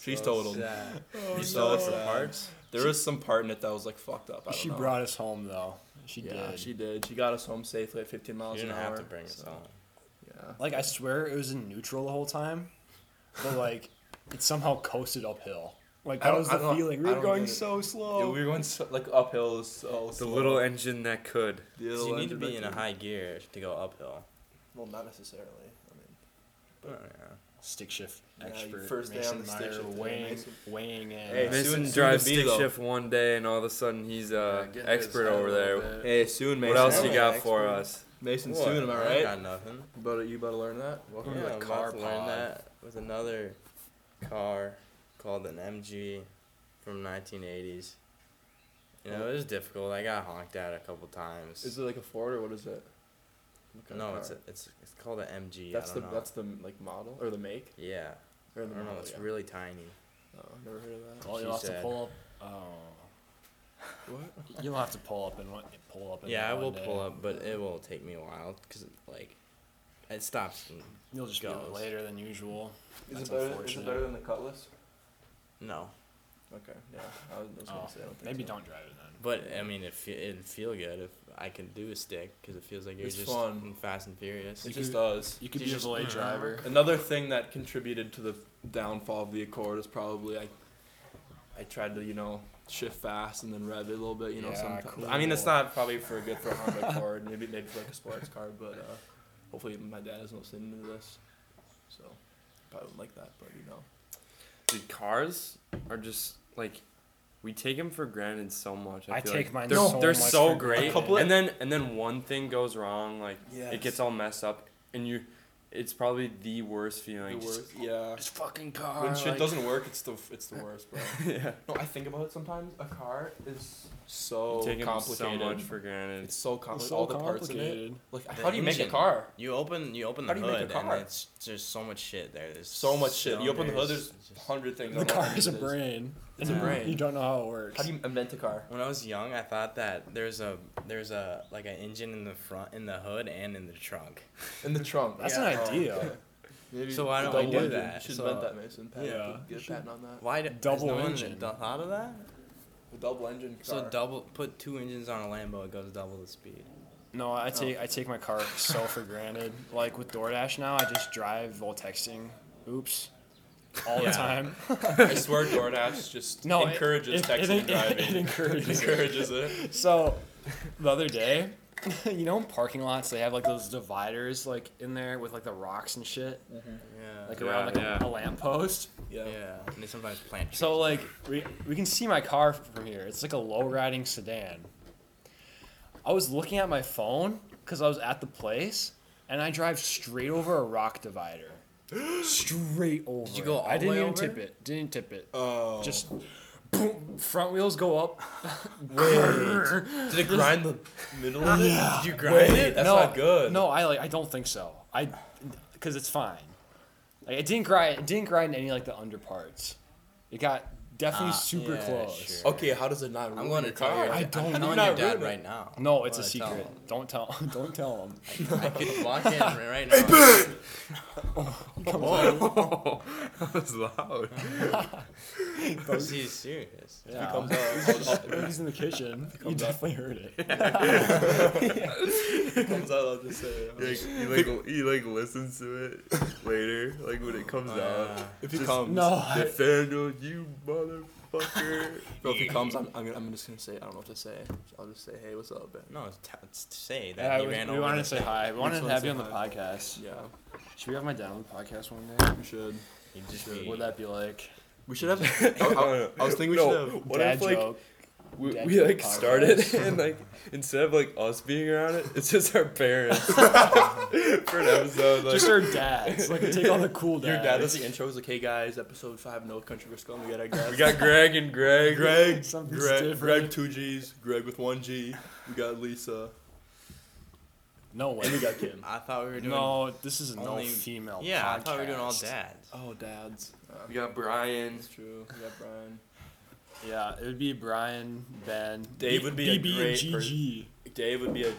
E: She's
C: So
E: totaled.
C: sad.
E: You
C: You
E: saw
C: sold
E: it for
C: some
E: parts. There was some part in it that was like fucked up. I don't
D: She
E: know.
D: brought us home though. She
E: yeah,
D: did.
E: she did. She got us home safely at 15
C: You
E: miles
C: didn't
E: an hour.
C: have to bring us
E: so,
C: home.
E: Yeah.
D: Like I swear it was in neutral the whole time, but like it somehow coasted uphill. Like
E: I
D: that
E: don't-
D: was
E: I
D: the
E: don't-
D: feeling.
E: I
D: We were
E: don't
D: going
E: get it.
D: so
E: Yeah,
D: slow.
E: we went so, like uphill so
B: The little engine that could.
C: So you need to be in a high gear to go uphill.
E: Well, not necessarily. I mean,
C: Oh, yeah.
D: Stick shift
E: Yeah, you
D: expert.
E: first day
D: Mason
E: on the stick
D: Meyer
E: shift today,
D: weighing,
E: Mason.
D: weighing in.
E: Hey,
D: Uh,
E: soon-
B: Mason
E: soon to
B: drives
E: be,
B: stick
E: though.
B: shift one day, and all of a sudden he's
A: Yeah,
B: uh,
A: getting his
B: expert
A: head a
B: over
A: little
B: there.
A: bit.
E: hey, soon Mason.
B: What else you
C: Yeah,
B: got
C: expert.
B: for us?
E: Mason,
C: What?
E: soon. Am I
C: I ain't
E: right?
C: got nothing.
E: But you about to learn that. Welcome
C: yeah,
E: to the
C: I'm
E: car
C: about to learn
E: pod.
C: that with another car called an MG from 1980s. You know, it was difficult. I got honked at a couple times.
E: Is it like a Ford or what is it? What kind of
C: no,
E: car?
C: it's a, it's it's called an MG.
E: That's
C: I
E: the
C: don't know.
E: that's the like model or the make
C: yeah.
E: or the
C: I don't know.
E: model,
C: It's
E: yeah.
C: really tiny.
E: Oh, never heard of that.
D: well, you'll
C: she
D: have to
C: said.
D: pull up. Oh, *laughs*
E: What?
D: you'll have to pull up and one- pull up. in
C: Yeah,
D: that
C: I
D: one
C: will
D: day.
C: pull up, but it will take me a while because like it stops. And,
D: You'll just be
C: Goes.
D: later than usual.
E: Is
D: That's
E: it better? Is it
D: unfortunate.
E: better than the Cutlass?
C: no,
E: Okay. Yeah. I was, I was
D: Oh,
E: gonna say I don't think
D: Maybe
E: so.
D: don't drive it then.
C: but I mean, it fe- it'd feel good if I could do a stick because it feels like you're
E: It's
C: just
E: fun.
C: in Fast and Furious.
E: It
D: If
E: just
D: you-
E: does.
D: You could
C: You
D: be a
E: *laughs*
C: just-
D: valet driver.
E: Another thing that contributed to the downfall of the Accord is probably I, I tried to you know shift fast and then rev it a little bit. You know,
D: Yeah,
E: sometimes. I mean, it's
D: cool.
E: not probably for good for a Honda Accord. Maybe maybe for like a sports car, but uh, hopefully my dad isn't listening to this, so probably wouldn't like that. But you know,
B: Dude, cars are just like we take them for granted so much. I,
D: I
B: feel
D: take
B: like.
D: mine
B: They're,
D: so
B: they're
D: much
B: so
D: for
B: great,
D: granted. A couple
B: and then and then one thing goes wrong, like
E: yeah,
B: it gets all messed up, and you, it's probably the worst
E: the
B: feeling.
E: worst. Yeah.
D: This fucking car.
E: When shit
D: like-
E: doesn't work, it's the it's the worst, bro.
B: *laughs* yeah,
E: No, I think about it sometimes. A car is so
B: you take 'em so
E: complicated.
B: much for granted.
E: it's so
D: It's
E: complicated.
D: so
E: all the parts in it.
D: complicated.
E: Like,
C: The
E: how do you make a
C: engine.
E: car?
C: You open you open
E: How
C: the
E: do you make a
C: hood
E: car?
C: and it's there's so much shit there. There's
E: So much shit. You open the hood,
C: cylinders,
E: there's
C: it's just-
E: hundred things.
D: The
E: on what
D: car is a
E: it
D: brain.
E: It's a
C: Yeah.
E: brain.
D: You don't know how it works.
E: How do you invent a car?
C: When I was young, I thought that there's a there's a like an engine in the front in the hood and in the trunk.
E: In the trunk.
D: That's an
E: Oh,
D: idea.
E: okay. Maybe
C: So why
E: the
C: don't
E: double
C: we do
E: engine.
C: that?
E: You should
C: So-
E: invent that, Mason. Pat,
D: Yeah.
E: Get a patent on that.
C: Why d-
D: Double
C: has no
D: engine.
C: One thought of that?
E: A double engine car.
C: So double put two engines on a Lambo, it goes double the speed.
D: No, I take I take my car *laughs* so for granted. Like with DoorDash now, I just drive while texting. Oops. All
C: Yeah.
D: the *laughs* time.
E: I swear DoorDash just
D: No, it-
E: encourages
D: it-
E: texting and
D: it- *laughs*
E: driving. *laughs*
D: It encourages. it.
E: encourages it.
D: So, the other day, *laughs* you know, in parking lots they have like those dividers like in there with like the rocks and shit,
C: Yeah.
D: like
B: Yeah,
D: around like
B: yeah.
D: a, a lamppost.
E: Yeah.
C: yeah. And they sometimes plant
D: So like we we can see my car from here. It's like a low riding sedan. I was looking at my phone because I was at the place, and I drive straight over a rock
C: *gasps*
D: divider. Straight over.
C: you go
D: it. I
C: all the
D: didn't
C: way
D: even
C: over?
D: tip it. Didn't tip it.
E: Oh.
D: Just boom. Front wheels go
C: *laughs*
D: up.
E: Did
D: *laughs*
E: it grind the *laughs* middle of it?
C: Did you grind
E: Wait.
C: it?
E: That's
D: Ah, no,
E: not good.
D: No, I like. I don't think so. I, because it's fine. Like it didn't grind. It didn't grind any like the under parts. It got definitely
C: Ah,
D: super
C: yeah,
D: close.
C: sure.
E: Okay, how does it not ruin
C: I'm going
E: your
C: to tell your
E: car?
D: I
C: I'm
D: don't
C: telling
D: know.
C: your
D: Not
C: dad
D: really.
C: right now.
D: No, it's a
C: I'm gonna
D: secret. Don't tell. *laughs* Don't tell them.
C: *laughs* Tell him. I could walk in right now. Hey,
B: *laughs* Whoa, that was loud.
C: He's serious.
E: If it
D: Yeah.
E: comes out, I'll-
D: If He's in the kitchen. You
E: comes up.
D: definitely heard it.
E: I'll- comes out, I'll just say it. *laughs*
B: Like, he *laughs* like he like listens to it later, like when it
C: Oh,
B: comes out.
E: If he
B: Just-
E: comes,
D: No, I,
B: Nathaniel, you motherfucker.
E: bro, if he comes, I'm, I'm, gonna, I'm just gonna say, I don't know what to say. I'll just say, hey, what's up, man?
C: No, it's t- it's to say that
D: yeah,
C: he
D: we,
C: ran
D: we
C: over.
D: wanted to
C: the-
D: say hi. We wanted
E: just
D: to
E: wanna
D: have
E: say
D: you on the podcast.
E: Yeah,
D: Should we have my dad on the podcast one day?
E: we should.
C: He'd just
D: What
C: be-
D: would that be like?
E: *laughs* We should have. I, I- I was thinking we should have.
B: What
D: dad
B: if like
D: joke.
B: we,
D: Dead
B: we like
D: podcast.
B: started and like instead of like us being around it, it's just our
D: *laughs*
B: parents for an episode. Like,
D: *laughs* Just our dads. Like, we take all the cool dads.
E: Your dad does the intro. He's like, "Hey guys, episode five, no country risk on. We got our guys.
B: we got Greg and Greg.
E: Greg,
D: Something's
E: Greg,
D: different.
E: Greg, two G's. Greg with one G. We got Lisa.
D: No way.
E: And we got Kim.
C: I thought we *laughs* were doing.
D: No, this is no
C: only-
D: female.
C: Yeah, I thought we were doing all
D: podcast.
C: dads.
E: Oh, dads.
B: We got Brian.
E: It's true. We got Brian.
D: Yeah, it would be Brian, Ben,
E: Dave
D: B-
E: would be a
D: BB
E: great
D: and GG.
E: Dave would be a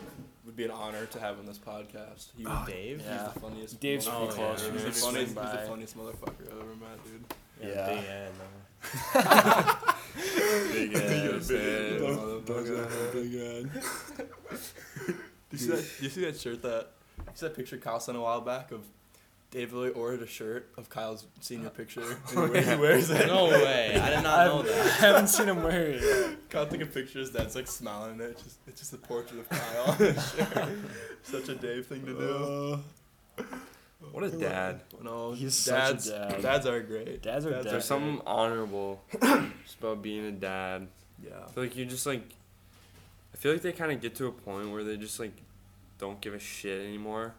E: would be an honor to have on this podcast. He would,
C: Dave.
D: yeah.
E: He's the funniest.
D: Oh, Dave's
E: motherfucker.
D: pretty
C: Oh,
D: close. We
C: yeah.
E: He's, the
D: should swing
E: funniest he's the
D: by.
E: funniest motherfucker I've ever met, dude.
D: Yeah.
C: Big Ed, no.
E: *laughs*
B: Big ass head.
E: *laughs* You see that? You see that shirt that? You see that picture Kyle sent a while back of Dave really ordered a shirt of Kyle's senior picture. And he wears- *laughs* he wears it.
C: No way. I did
D: *laughs*
C: not
D: I've-
C: know
D: I
C: that.
D: haven't seen him wear it. yet.
E: Kyle took a picture. His dad's like smiling at it. Just, it's just a portrait of Kyle on his *laughs* shirt. Such a Dave thing to do.
B: What a dad.
E: Uh, No,
D: He's such a
E: dads,
D: dad.
E: Dads are great.
D: Dads are
B: There's
D: dads.
B: something
D: *clears throat*
B: honorable just about being a dad.
E: Yeah.
B: I feel like you just like. I feel like they kind of get to a point where they just like don't give a shit anymore.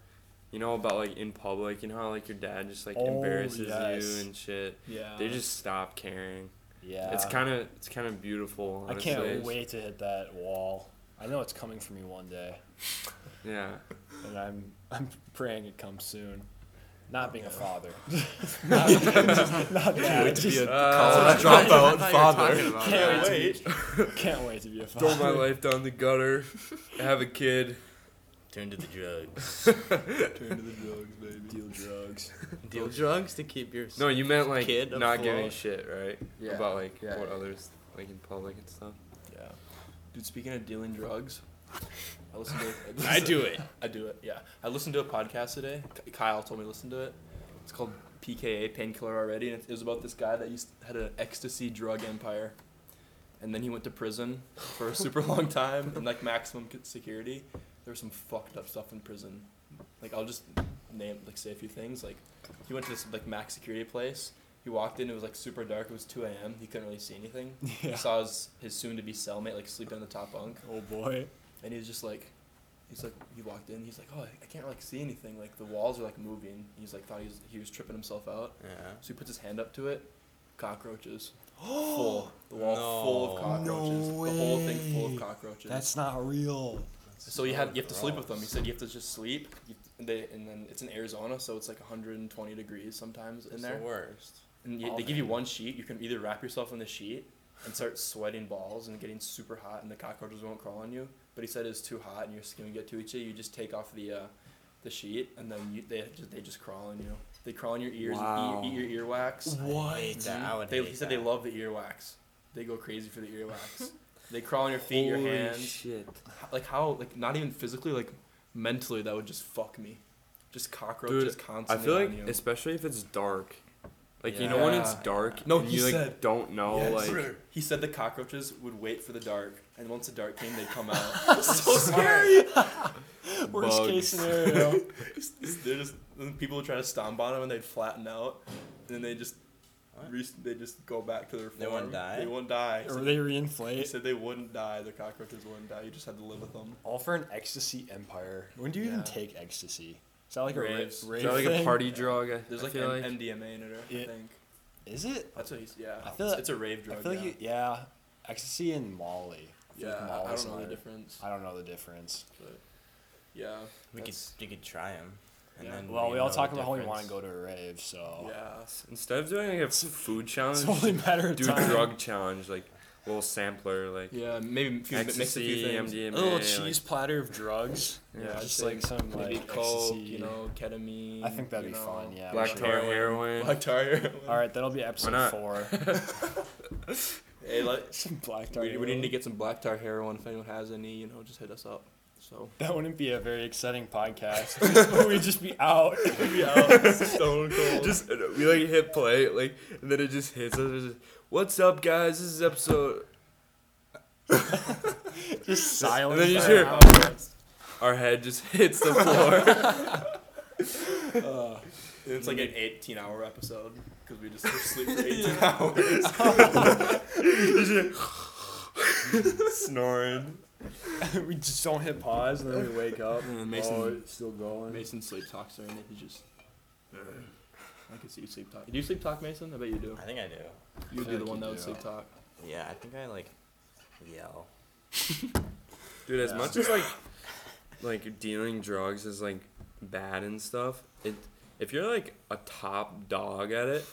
B: You know about like in public, you know how like your dad just like
D: Oh,
B: embarrasses
D: yes.
B: you and shit.
E: Yeah.
B: They just stop caring.
D: Yeah.
B: It's kind of it's kind of beautiful.
D: I
B: Honestly.
D: can't wait to hit that wall. I know it's coming for me one day,
B: Yeah.
D: and I'm I'm praying it comes soon. Not being a father. *laughs* not that.
E: wait to be
D: just
E: a
B: Uh,
E: college
C: I
E: dropout
C: thought you were talking
E: father.
C: about
D: Can't
B: *laughs*
C: that.
D: wait. *laughs* Can't wait to be a father.
B: Throw my
D: *laughs*
B: life down the gutter. Have a kid.
C: Turn to the drugs.
E: Turn to the drugs, baby.
D: Deal drugs.
C: Deal drugs to keep your.
B: No, you meant like
C: Kid
B: not giving a
C: afloat.
B: shit, right?
A: Yeah.
B: About like
A: Yeah,
B: what
A: yeah,
B: others like in public and stuff.
E: Yeah. Dude, speaking of dealing drugs, I listened to.
C: *laughs* I do it.
E: I do it. Yeah. I listened to a podcast today. K- Kyle told me to listen to it. It's called PKA Painkiller Already, and it was about this guy that used had an ecstasy drug empire, and then he went to prison for a super long time and like maximum c- security. There was some fucked up stuff in prison. Like I'll just name like say a few things. Like he went to this like max security place. He walked in. It was like super dark. It was two a.m. He couldn't really see anything. He
D: Yeah.
E: saw his, his soon-to-be cellmate like sleeping on the top bunk
D: Oh boy.
E: and he's just like he's like he walked in he's like oh I, I can't like see anything like the walls are like moving he's like thought he was he was tripping himself out
C: Yeah.
E: so he puts his hand up to it cockroaches full the wall full of
C: No.
E: cockroaches
D: No
E: the whole thing full
D: way.
E: of cockroaches
D: That's not real.
E: so you have you have to sleep with them he
C: Gross.
E: said you have to just sleep you, and they, and then it's in Arizona so it's like 120 degrees sometimes in
C: It's
E: there
C: the worst.
E: and you,
D: All
E: they
D: day.
E: give you one sheet. You can either wrap yourself in the sheet and start sweating balls and getting super hot, and the cockroaches won't crawl on you. But he said it's too hot and your skin would get too itchy. You just take off the uh, the sheet, and then you, they just, they just crawl on you. They crawl on your ears
B: Wow.
E: and eat, your- eat your earwax.
C: What? That, I would
E: They,
C: hate
E: he said
C: that.
E: they love the earwax. They go crazy for the earwax.
B: *laughs*
E: they crawl on your feet, your
B: Holy
E: hands.
B: Shit.
E: Like how? Like not even physically. Like mentally, that would just fuck me. Just cockroaches
B: I
E: constantly.
B: feel
E: on you.
B: like especially if it's dark. Like you know when it's
E: Yeah.
B: dark
E: No,
B: and
E: he
B: you like
E: said-
B: don't know
E: Yes.
B: like
E: He said the cockroaches would wait for the dark, and once the dark came, they'd come
D: *laughs*
E: out. *laughs* so scary.
D: Worst
B: Bugs.
D: case *laughs* scenario.
E: They're just and people would try to stomp on them, and they'd flatten out, and then they just
C: What?
E: re- they just go back to their form.
C: They wouldn't die?
E: They won't die.
D: or
E: So
D: they
E: he
D: reinflate.
E: said they wouldn't die. The cockroaches wouldn't die. You just had to live with them.
D: All for an ecstasy empire. When do you
E: Yeah.
D: even take ecstasy? Is that like a rave,
E: Raves.
B: is
D: rave
B: that like a
D: thing?
B: party drug? I,
E: There's
B: I
E: like,
B: feel
E: M-
B: like
E: MDMA in it, I
D: Yeah.
E: think.
D: Is it?
E: That's what he's. Yeah.
D: I feel
E: it's,
D: like-
E: it's a rave drug.
D: I feel like
E: yeah.
D: you, yeah, ecstasy and Molly. I feel
E: yeah,
D: like
E: I
D: Molly's
E: don't know the
D: another-
E: difference.
D: I don't know the difference.
E: But yeah.
C: We could,
E: that's-
C: you could try them. And
E: Yeah.
C: then
D: Well, we all
C: know
D: talk
C: the
D: about how we want to
C: difference.
D: go to a rave, so
E: Yeah.
B: instead of doing like a food challenge,
D: *laughs* it's only a
E: *laughs*
D: matter of
B: do
D: time.
B: drug challenge like little sampler like
E: Yeah, maybe a few, mix a few
B: ecstasy,
E: things. Oh,
D: A
B: MDMA,
D: little
B: like-
D: cheese platter of drugs.
E: Yeah,
D: Yeah,
E: I'd
D: just
E: say
D: like some
E: maybe
D: like
E: coke,
D: ecstasy.
E: you know, ketamine.
D: I think that'd
E: you
D: be
E: know,
D: fun. Yeah. we
B: black
D: should.
B: tar heroin. *laughs*
E: *laughs* Black tar heroin.
D: *laughs* All right, that'll be episode
B: not?
D: four.
E: *laughs*
D: *laughs*
E: Hey, like,
D: Some black tar.
E: we, we
D: heroin.
E: need to get some black tar heroin. If anyone has any, you know, just hit us up.
D: *laughs*
E: So. *laughs*
D: That wouldn't be a very exciting podcast. We'd just be out. *laughs*
E: Stone cold.
B: Just uh, we like hit play like and then it just hits us. it's just, What's up, guys? This is episode. *laughs*
D: Just silent.
B: And then you just
D: for
B: hear-
D: an hour.
B: Our head just *laughs* hits the
D: *laughs*
B: floor.
E: *laughs* it's like an 18 hour episode *laughs* because we just sleep for 18 hours.
B: snoring.
D: we just don't hit pause and then we wake up.
E: And then
D: oh,
E: Mason,
D: it's still going.
E: Mason sleep talks during it. He *clears throat* just. I can see you sleep talk. Do you sleep talk, Mason? I bet you do.
C: I think I do.
E: You would
D: feel
E: be
D: like
E: the one
D: you
E: that would
D: do.
E: sleep talk.
C: Yeah, I think I like yell.
B: Dude, as
D: Yeah.
B: much as
D: *laughs*
B: like like dealing drugs is like bad and stuff, it if you're like a top dog at
D: *laughs*
B: it,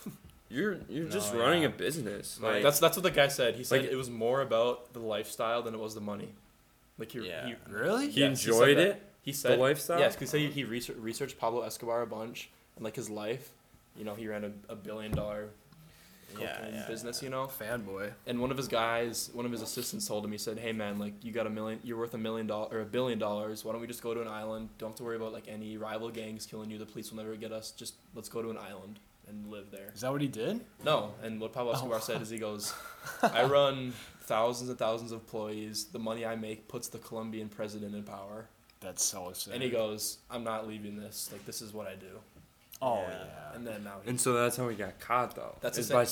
B: you're you're just
C: No,
B: running
C: yeah.
B: a business.
C: Like-
B: Like
E: That's that's what the guy said. He said
B: Like-
E: it was more about the lifestyle than it was the money. Like he,
C: Yeah.
E: he
D: Really?
B: he
E: yes, he said
B: enjoyed
E: that.
B: it,
E: He said
B: the lifestyle.
E: Yes, because he, he research, researched Pablo Escobar a bunch and like his life. You know, he ran a, a billion dollar cocaine
C: Yeah, yeah,
E: business. You know,
D: Fanboy.
E: and one of his guys, one of his assistants, told him. He said, "Hey man, like you got a million, you're worth a million dollars or a billion dollars. Why don't we just go to an island? Don't have to worry about like any rival gangs killing you. The police will never get us. Just let's go to an island and live there."
D: Is that what he did?
E: No, and what
C: Oh,
E: Pablo Escobar said is he
C: *laughs*
E: goes, I
D: *laughs*
E: run thousands and thousands of employees. The money I make puts the Colombian president in power.
D: That's so sick.
E: And he goes, I'm not leaving this. Like, this is what I do.
D: Oh yeah.
C: Yeah.
E: And then now he,
B: And so that's how he got caught though. That's
E: That's the
B: is
E: same-
B: by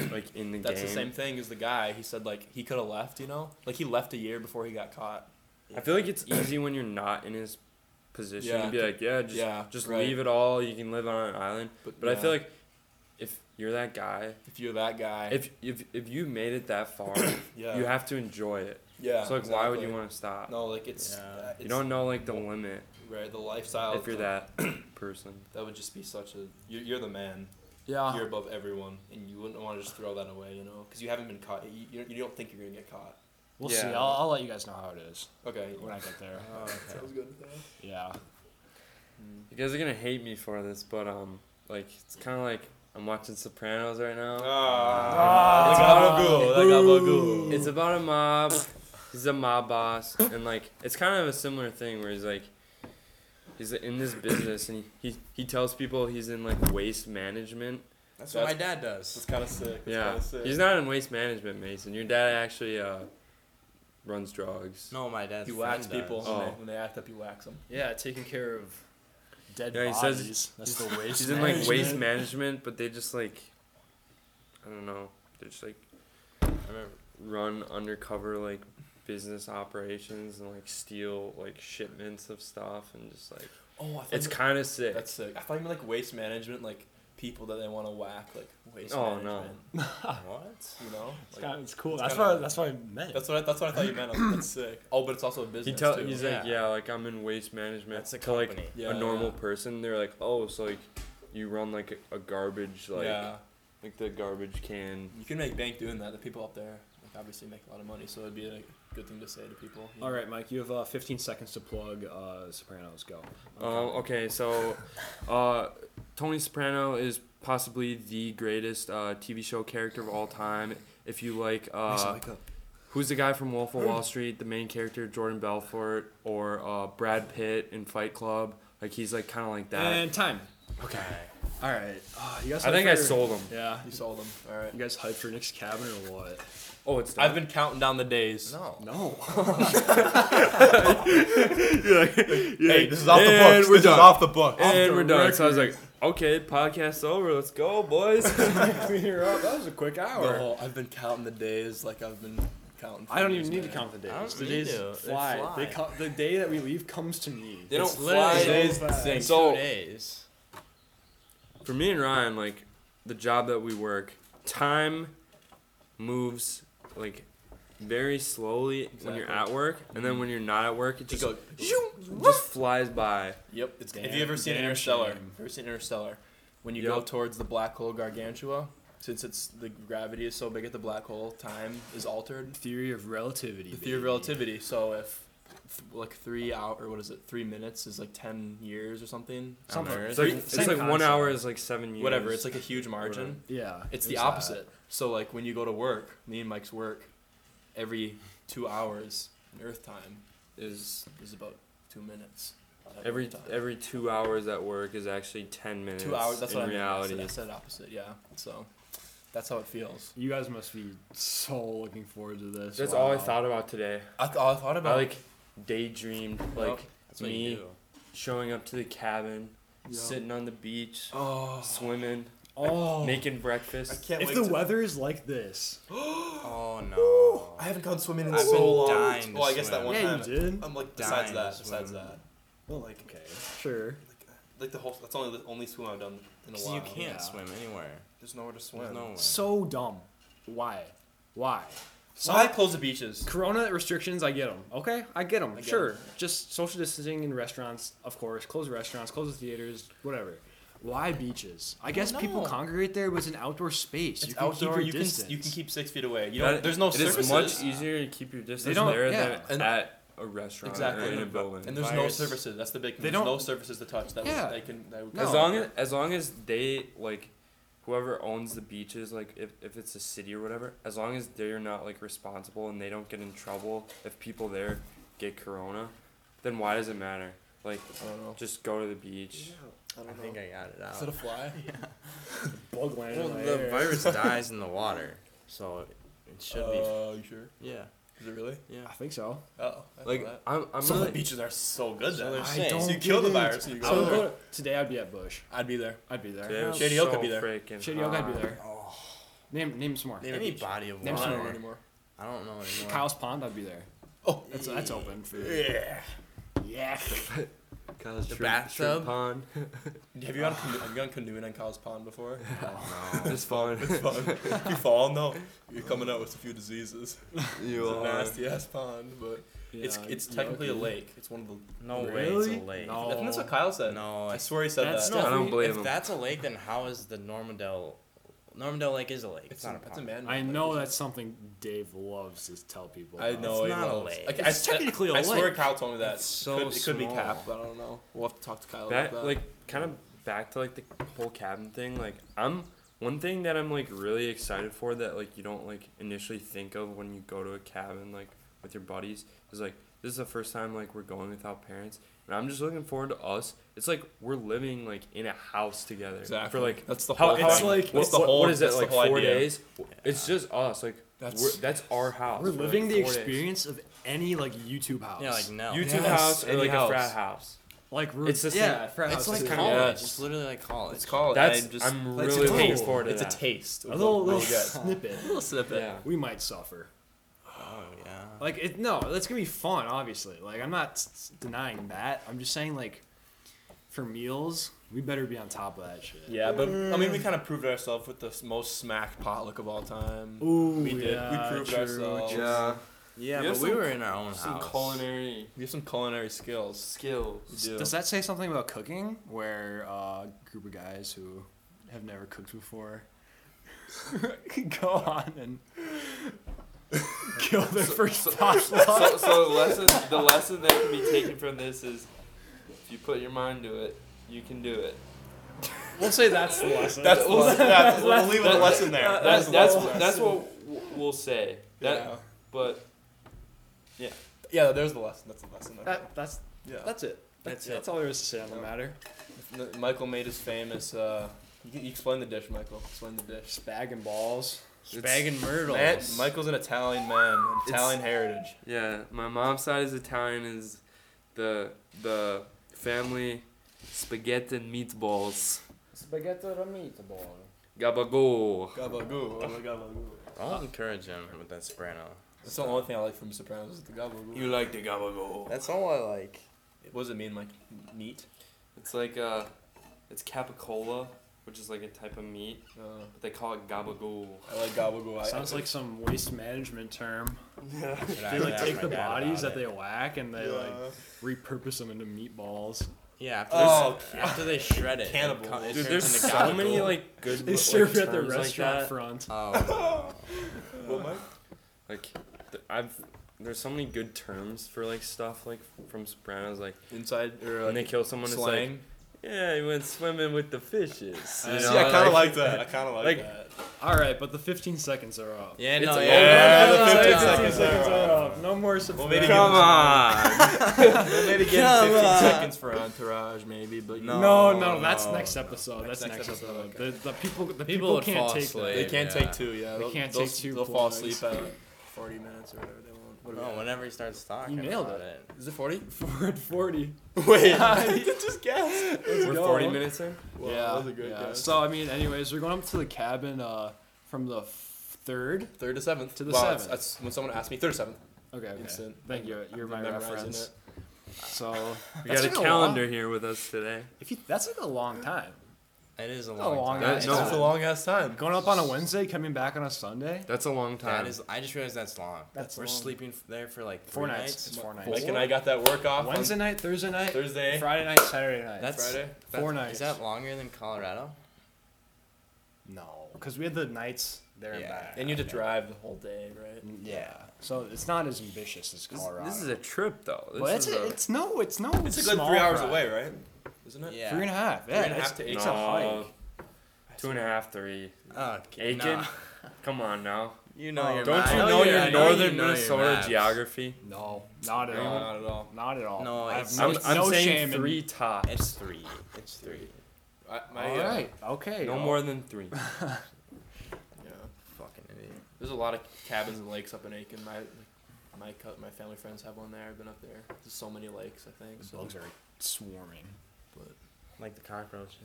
B: staying like in the
E: that's
B: game.
E: the same thing as the guy. He said, like, he could have left, you know? Like, he left a year before he got caught.
B: I feel like it's easy when you're not in his position
E: Yeah.
B: to be like, yeah, just
E: Yeah,
B: just
E: right.
B: leave it all. You can live on an island. But I
E: yeah,
B: feel like if you're that guy,
E: if you're that guy,
B: if if if you made it that far,
E: *coughs* yeah.
B: you have to enjoy it.
E: yeah.
B: so like, why would you
E: exactly.
B: want to stop?
E: No, like, it's.
C: Yeah.
E: uh, it's
B: you don't know like the limit
E: Right, the lifestyle.
B: if you're
E: that.
B: that *coughs* person.
E: That would just be such a. You're, you're the man.
D: Yeah.
E: you're above everyone, and you wouldn't want to just throw that away, you know, because you haven't been caught. You, you, you don't think you're gonna get caught.
D: We'll see.
B: Yeah.
D: I'll, I'll let you guys know how it is
E: Okay.
D: when I
B: *laughs*
D: get there.
B: Oh,
E: Sounds good.
D: *laughs* Yeah.
B: You guys are gonna hate me for this, but um, like it's kind of like I'm watching Sopranos right now.
E: Oh, Ah,
D: Ah.
E: They got Bagoo, they got Bagoo.
B: It's about a mob. He's a mob boss, and like it's kind of a similar thing where he's like, he's in this business, and he he, he tells people he's in like waste management.
C: That's,
E: what
C: what
E: my
C: my dad
E: It's
C: does.
E: kind of sick. It's
B: yeah,
E: Kinda sick.
B: he's not in waste management, Mason. Your dad actually uh, runs drugs.
C: No, my dad's
E: he
C: friend
E: whacks
C: does.
E: people
B: Oh.
E: when, they, when they act up. He whacks them.
D: Yeah, taking care of dead
B: Yeah, he says-
D: bodies. That's the
B: *laughs*
D: waste.
B: He's in like waste
D: management.
B: management, but they just like, I don't know, they just like
C: I remember.
B: run undercover like business operations and like steal like shipments of stuff and just like
E: Oh, I
B: it's kind of sick.
E: that's sick. I thought you meant like waste management, like people that they want to whack, like waste
B: Oh, no.
E: management.
C: what?
E: You know,
D: *laughs* It's,
E: like,
D: kinda, it's cool.
E: it's
D: That's
E: kinda-
D: what. I- That's what I meant.
E: that's what I, that's what I thought you meant. I'm like, That's sick. Oh, but it's also a business
B: He tell
E: too.
B: he's like
C: Yeah.
B: yeah, like I'm in waste management
C: That's a
B: to like
C: company.
E: Yeah,
B: a normal
E: yeah.
B: person. They're like oh, so like you run like a, a garbage like
E: yeah,
B: like the garbage can.
E: you can make bank doing that. The people up there like, obviously make a lot of money, so it'd be a good thing to say to people. you
D: All
E: know?
D: right, Mike. You have uh, 15 seconds to plug uh, Sopranos. Go.
B: Um, okay, so uh, Tony Soprano is possibly the greatest uh, TV show character of all time. If you like, uh, who's the guy from Wolf of Wall Street, the main character Jordan Belfort, or uh, Brad Pitt in Fight Club? Like he's like kind of like that.
D: And time.
B: uh, okay,
D: All right. Uh, you guys.
B: I
D: hyped
B: think I
D: for-
B: sold him.
D: Yeah.
E: You sold them. All right.
D: You guys hyped for Nick's cabin or what?
B: Oh, it's done.
E: I've been counting down the days.
C: No.
D: No.
E: Hey, this is off the
B: And
E: books.
B: we're
E: This
B: done.
E: is off the book.
B: and we're done. So I was like, okay, podcast's over. Let's go, *laughs* boys.
D: *laughs* You're up. That was a quick
E: The whole- I've been counting the days like I've been counting.
D: I don't
E: fingers,
D: even need
E: man.
D: to count the days.
C: I don't
D: the
C: need
D: days
C: to. They
D: fly.
C: fly.
D: They co- the day that we leave comes to me.
B: They don't
C: It's
B: fly.
C: literally-
D: Days
C: It's
B: So-
C: two days.
B: for me and Ryan, like the job that we work, time moves like very slowly when you're at
E: Exactly.
B: work, and then when you're not at work, it
E: You
B: just
E: go,
B: just flies by.
E: yep. It's, have
D: Damn-
E: you ever seen
D: damn
E: Interstellar?
D: shame.
E: Ever seen Interstellar? When you go
B: Yep.
E: towards the black hole Gargantua, since it's the gravity is so big at the black hole, time is altered.
D: Theory of relativity.
E: The theory of relativity. So if th- like three hour or what is it? Three minutes is like ten years or something.
D: Something.
C: It's
B: It's
C: like-
B: like,
D: Same
B: it's like one
D: concept.
B: hour is like seven years.
E: Whatever. It's like a huge margin.
D: Yeah.
E: It's the
D: that.
E: opposite. So like when you go to work, me and Mike's work, every two hours in Earth time is is about two minutes. at
B: every
E: Earth time.
B: every two hours at work is actually ten minutes.
E: two hours. That's
B: in
E: what
B: reality.
E: I mean. I said, I said opposite. Yeah. So that's how it feels.
D: You guys must be so looking forward to this.
B: That's all I
D: Wow.
B: thought about today.
E: I, th- I thought
B: I
E: about
B: like daydreamed like
C: That's what
B: me
C: you do.
B: showing up to the cabin,
E: Yeah.
B: sitting on the beach,
E: oh
B: swimming.
D: Oh,
B: making breakfast.
E: can't
D: if the weather is like this,
C: Oh no.
E: I haven't gone swimming in
C: I've
E: so
C: been
E: long.
C: dying to
E: well, I guess that
C: swim.
E: one
D: yeah,
E: time.
D: you did.
E: I'm like
C: Dying
E: besides
C: to
E: that,
C: swim.
E: besides that.
D: Well, like okay, sure.
E: Like, like the whole that's only the only swim I've done in a
C: 'Cause
E: while.
C: you can't
D: Yeah.
C: swim anywhere.
E: There's nowhere to swim.
C: There's nowhere.
D: So dumb. Why? Why?
E: So I close the beaches.
D: Corona restrictions, I get them. Okay, I get them.
E: get
D: sure. Just social distancing in restaurants, of course. Close restaurants, close the theaters, whatever. Why beaches? I guess people
E: know.
D: congregate there, but it's an outdoor space.
E: It's
D: you can
E: outdoor.
D: keep your
E: you
D: distance.
E: can you can keep six feet away. You
B: That-
E: know, there's no
B: It is
E: surfaces.
B: much easier to keep your distance
D: don't-
B: there
D: yeah.
B: than
E: And-
B: at a restaurant
E: Exactly.
B: or in a
E: And-
B: building.
E: and there's
C: Virus.
E: no surfaces. That's the big thing.
D: They
E: There's
D: don't-
E: no surfaces to touch. That
D: Yeah.
E: was, they can. That would,
D: No.
B: As long as as long as they like whoever owns the beaches, like if, if it's a city or whatever, as long as they're not like responsible and they don't get in trouble if people there get corona, then why does it matter? Like
E: I don't know.
B: just go to the beach.
E: I
C: I
E: don't
C: think
E: know.
C: I got it
E: Is it a
C: out.
E: fly? *laughs*
D: bug land
C: Well,
D: in my
C: the
D: hair.
C: virus dies in the water, so it should be.
E: Uh, you sure?
C: Yeah,
E: Is it really?
C: yeah.
D: I think so.
E: Oh, I
B: Like
E: thought
B: I'm I'm
E: that. some of the
B: really-
E: beaches are so good.
C: So
E: Then.
C: there's-
D: I
C: saying.
D: don't
E: So you kill the
D: get it.
E: virus and you
D: I would
E: go.
D: go to- today. I'd be at Bush.
E: I'd be there.
D: I'd be there.
B: Dude, it was
E: Shady Oak
B: so
E: could be there.
B: freaking
D: Shady Oak, I'd be
B: hot.
D: there. Name name some more.
E: oh, Name
C: Any body of
D: Name
E: I
D: some
E: don't know
C: water.
E: anymore.
C: I don't know anymore.
D: Kyle's Pond, I'd be there.
E: Oh,
D: That's that's open for
E: yeah.
D: yeah.
B: Kyle's
C: The
B: shrimp-
C: bathtub?
B: shrimp *laughs* pond.
E: Have you gone canoe, have you gone canoeing on Kyle's Pond before? *laughs* Oh,
B: *laughs*
C: No.
B: It's fun.
E: It's fun. you fall, no, you're coming out with a few diseases.
B: you
E: It's a
B: are.
E: nasty ass pond, but it's it's technically a lake. It's one of the.
C: No way.
D: Really?
C: It's a lake.
D: No.
E: I think that's what Kyle said.
C: No,
E: I swear he said
D: That's
E: that.
B: I
D: not-
B: don't believe
C: if
B: him.
C: that's a lake, then how is the Normandale? Normandale Lake is a lake. It's,
E: It's
C: not
E: a-
C: a
E: it's a
C: pond.
E: man.
D: I know that's something Dave loves to tell people.
E: I
D: about.
E: know.
C: It's
E: he
C: not a
E: loves-
C: lake.
E: Like,
D: It's
E: I,
D: technically a
E: I swear
D: lake.
E: Kyle told me that.
C: It's
E: it
C: so
E: could, it could be cap,
C: small.
E: but I don't know. We'll have to talk to Kyle
B: that
E: about that.
B: like kind of back to like the whole cabin thing like i'm one thing that i'm like really excited for that like you don't like initially think of when you go to a cabin like with your buddies is like this is the first time like we're going without parents and i'm just looking forward to us it's like we're living like in a house together for
E: Exactly.
B: like
E: That's the
B: how
E: whole
B: it's
E: thing.
B: like
E: That's
B: what-
E: the
B: what-
E: whole-
B: what is it
E: that's the
B: like
E: whole
B: four
E: idea.
B: days it's just us like that's
E: That's-
B: we're, that's our house
D: We're
B: for, like,
D: living the
B: four days.
D: experience of any like YouTube house.
C: Yeah, like no.
B: youtube
E: Yes,
B: house or
E: any
B: like a
E: house.
B: frat house
D: like we're,
B: It's the same-
D: yeah, frat
C: it's
D: house
C: like
D: is
E: kinda-
C: college.
E: yes.
C: It's literally like college.
E: it's called.
B: that's
E: I
B: i'm,
E: just,
D: it's
B: really
D: a
B: looking
D: tool.
B: forward to
E: it's a
B: that.
E: taste.
D: a little,
B: *laughs*
D: little
E: guys.
D: snippet.
E: little snippet.
B: yeah
D: We might suffer.
C: Oh yeah.
D: Like it, no, that's gonna be fun. Obviously, like I'm not s- s- denying that. I'm just saying like, for meals, we better be on top of that shit.
E: Yeah, but *laughs* I mean, we
B: Mm.
E: kind of proved ourselves with the s- most smack potluck of all time.
D: Ooh,
E: we did.
D: yeah,
E: we proved
D: true.
E: ourselves.
B: Yeah,
C: Yeah,
B: You have
C: but we
B: some-
C: were in our own
B: some
C: house.
B: culinary
E: We have some culinary skills. We
B: skills.
E: do.
D: Does that say something about cooking? Where uh, a group of guys who have never cooked before *laughs* go on and kill their first
B: *laughs*
D: potluck?
B: So, so the lesson the lesson that can be taken from this is if you put your mind to it, you can do it.
D: We'll say that's the lesson.
E: That's the lesson. That's, we'll leave with a
B: that-
E: lesson there.
B: That-
E: That's
B: that's
E: the
B: that's,
E: lesson.
B: that's what w- we'll say. That,
E: yeah.
B: But
E: yeah, there's the lesson. That's the lesson.
B: Uh,
E: Okay.
D: That, that's
E: Yeah.
D: that's it.
C: That's
D: That's,
C: it.
D: that's all there is to say on the matter.
E: N- Michael made his famous. Uh, you, can- you explain the dish, Michael. Explain the dish.
D: Spag and balls.
C: Spag and myrtles.
E: Man, Michael's an Italian man. an
B: It's-
E: Italian heritage.
B: yeah, my mom's side is Italian. Is the the family spaghetti and meatballs
A: Spaghetti or meatball?
B: gabagool.
E: Gabagoo. Gabagoo.
C: Don't encourage him with that soprano.
E: That's the only thing I like from Sopranos is the gabagoo. You
B: like the gabagool?
C: That's all I like.
E: what does it mean, like meat?
B: It's like uh, it's capicola, which is like a type of meat,
E: Uh,
B: but they call it gabagool.
E: I like gabagoo. I-
D: Sounds like some waste management term.
B: Yeah.
D: They like take the bodies that they whack and they like
E: Yeah.
D: repurpose them into meatballs.
C: Yeah. After,
E: Oh,
C: they, after they shred it. it
E: Cannibal.
C: co-
B: Dude,
C: it turns
B: there's
C: into
B: so many
C: gabagool.
B: like good.
D: They
B: like,
D: serve it at the
B: terms like
D: restaurant
B: that.
D: front.
C: Oh.
E: What, Mike?
B: Like, th- I've there's so many good terms for like stuff like from Sopranos. Like
E: Inside or
B: when they
E: like
B: kill someone,
E: slang.
B: it's like yeah, he went swimming with the fishes.
D: I
B: you
D: see,
B: know,
E: See, I kind of
B: like-
E: like that. I kind of like, *laughs*
D: *laughs*
B: like-
E: that.
D: All right, but the 15 seconds are up.
C: Yeah.
B: It's
C: No.
B: a-
C: Yeah.
E: the
D: Oh, No, no, no,
E: 15
D: no, no,
E: seconds are
D: 15
E: up.
D: No more
E: maybe
D: subscribers.
E: give
B: Come
E: them
B: on.
E: Well, maybe give
C: Come
E: him 15
C: on.
E: seconds for Entourage, maybe. But you
C: No.
D: No, no, that's
C: no,
D: next episode.
E: Next-
D: that's next,
E: next
D: episode.
E: episode,
D: The, the people, the people,
C: would
D: can't
C: fall
D: take
C: asleep.
E: they
D: that.
E: can't
C: Yeah.
E: take two. Yeah,
D: They
E: They'll-
D: can't
E: they'll,
D: take two
E: They'll fall
D: plugs.
E: asleep at 40 minutes or whatever they want. What
C: *laughs* No, whenever he starts talking
D: You nailed
C: about
D: it.
C: it.
E: Is it 40?
D: *laughs*
A: Ford 40.
E: *laughs* Wait. just guess.
B: We're 40 minutes in.
E: Wow,
D: yeah,
E: that was a great
D: yeah.
E: guess.
D: So I mean, anyways, we're going up to the cabin uh, from the f- third.
E: Third to seventh.
D: To the
E: wow, that's-
D: seventh.
E: That's, when someone asked me, third to seventh.
D: Okay, okay.
E: Instant.
D: Thank you. You're
E: I've
D: my
E: been memorizing
D: reference.
E: it.
D: So
B: We got a
D: that's like long-
B: calendar here with us today.
D: if you, that's like a long time.
C: It is a
D: That's
C: long,
D: a long
C: time.
B: ass No. time.
E: That's a long ass time.
D: Going up on a Wednesday, coming back on a Sunday.
B: That's a long time.
C: That is. I just realized that's long.
D: That's
C: We're
D: long.
C: sleeping f- there for like
D: Four
C: three
D: nights. It's four nights.
E: Mike and I got that work off
D: Wednesday night, Thursday night,
E: on Thursday.
D: Friday night, Saturday night.
C: That's
E: Friday?
C: that-
D: Four
C: Is
D: nights.
C: that longer than Colorado?
D: no, because we had the nights there and
C: Yeah.
D: back.
E: And you had to drive the whole day, right?
D: Yeah. So it's not as ambitious as
B: This,
D: Colorado.
B: this is a trip though. This
D: well,
B: is
D: it's,
B: a,
D: it's no, it's no.
E: It's a good
D: small
E: three hours
D: ride.
E: away, right? Isn't it?
C: Yeah.
D: Three and a half. Yeah,
E: Three and a
D: it's-
E: half to eight.
D: It's
B: no,
D: a hike.
B: Two and a half, three.
C: Oh, Okay.
B: Aiken,
C: nah.
B: come on now.
C: You know
E: Oh,
C: your
B: Don't
C: maps.
B: you
E: know
B: know
E: your-
B: your
E: I know
B: northern
C: you know your
B: Minnesota
C: maps.
B: geography?
D: No, not at
B: No,
D: all.
E: Not at all.
D: Not at all.
C: No,
D: I have
C: it's-
B: I'm, I'm
D: no
B: saying
D: shame in-
B: three tops.
C: It's three. It's three.
E: I, my,
D: all
E: uh,
D: right. Okay.
B: no
D: oh,
B: more than three.
E: Yeah.
C: Fucking idiot.
E: There's a lot of cabins and lakes up in Aiken. My my co- my family friends have one there. I've been up there. There's so many lakes, I think. So.
D: Bugs are swarming.
C: Like the cockroaches.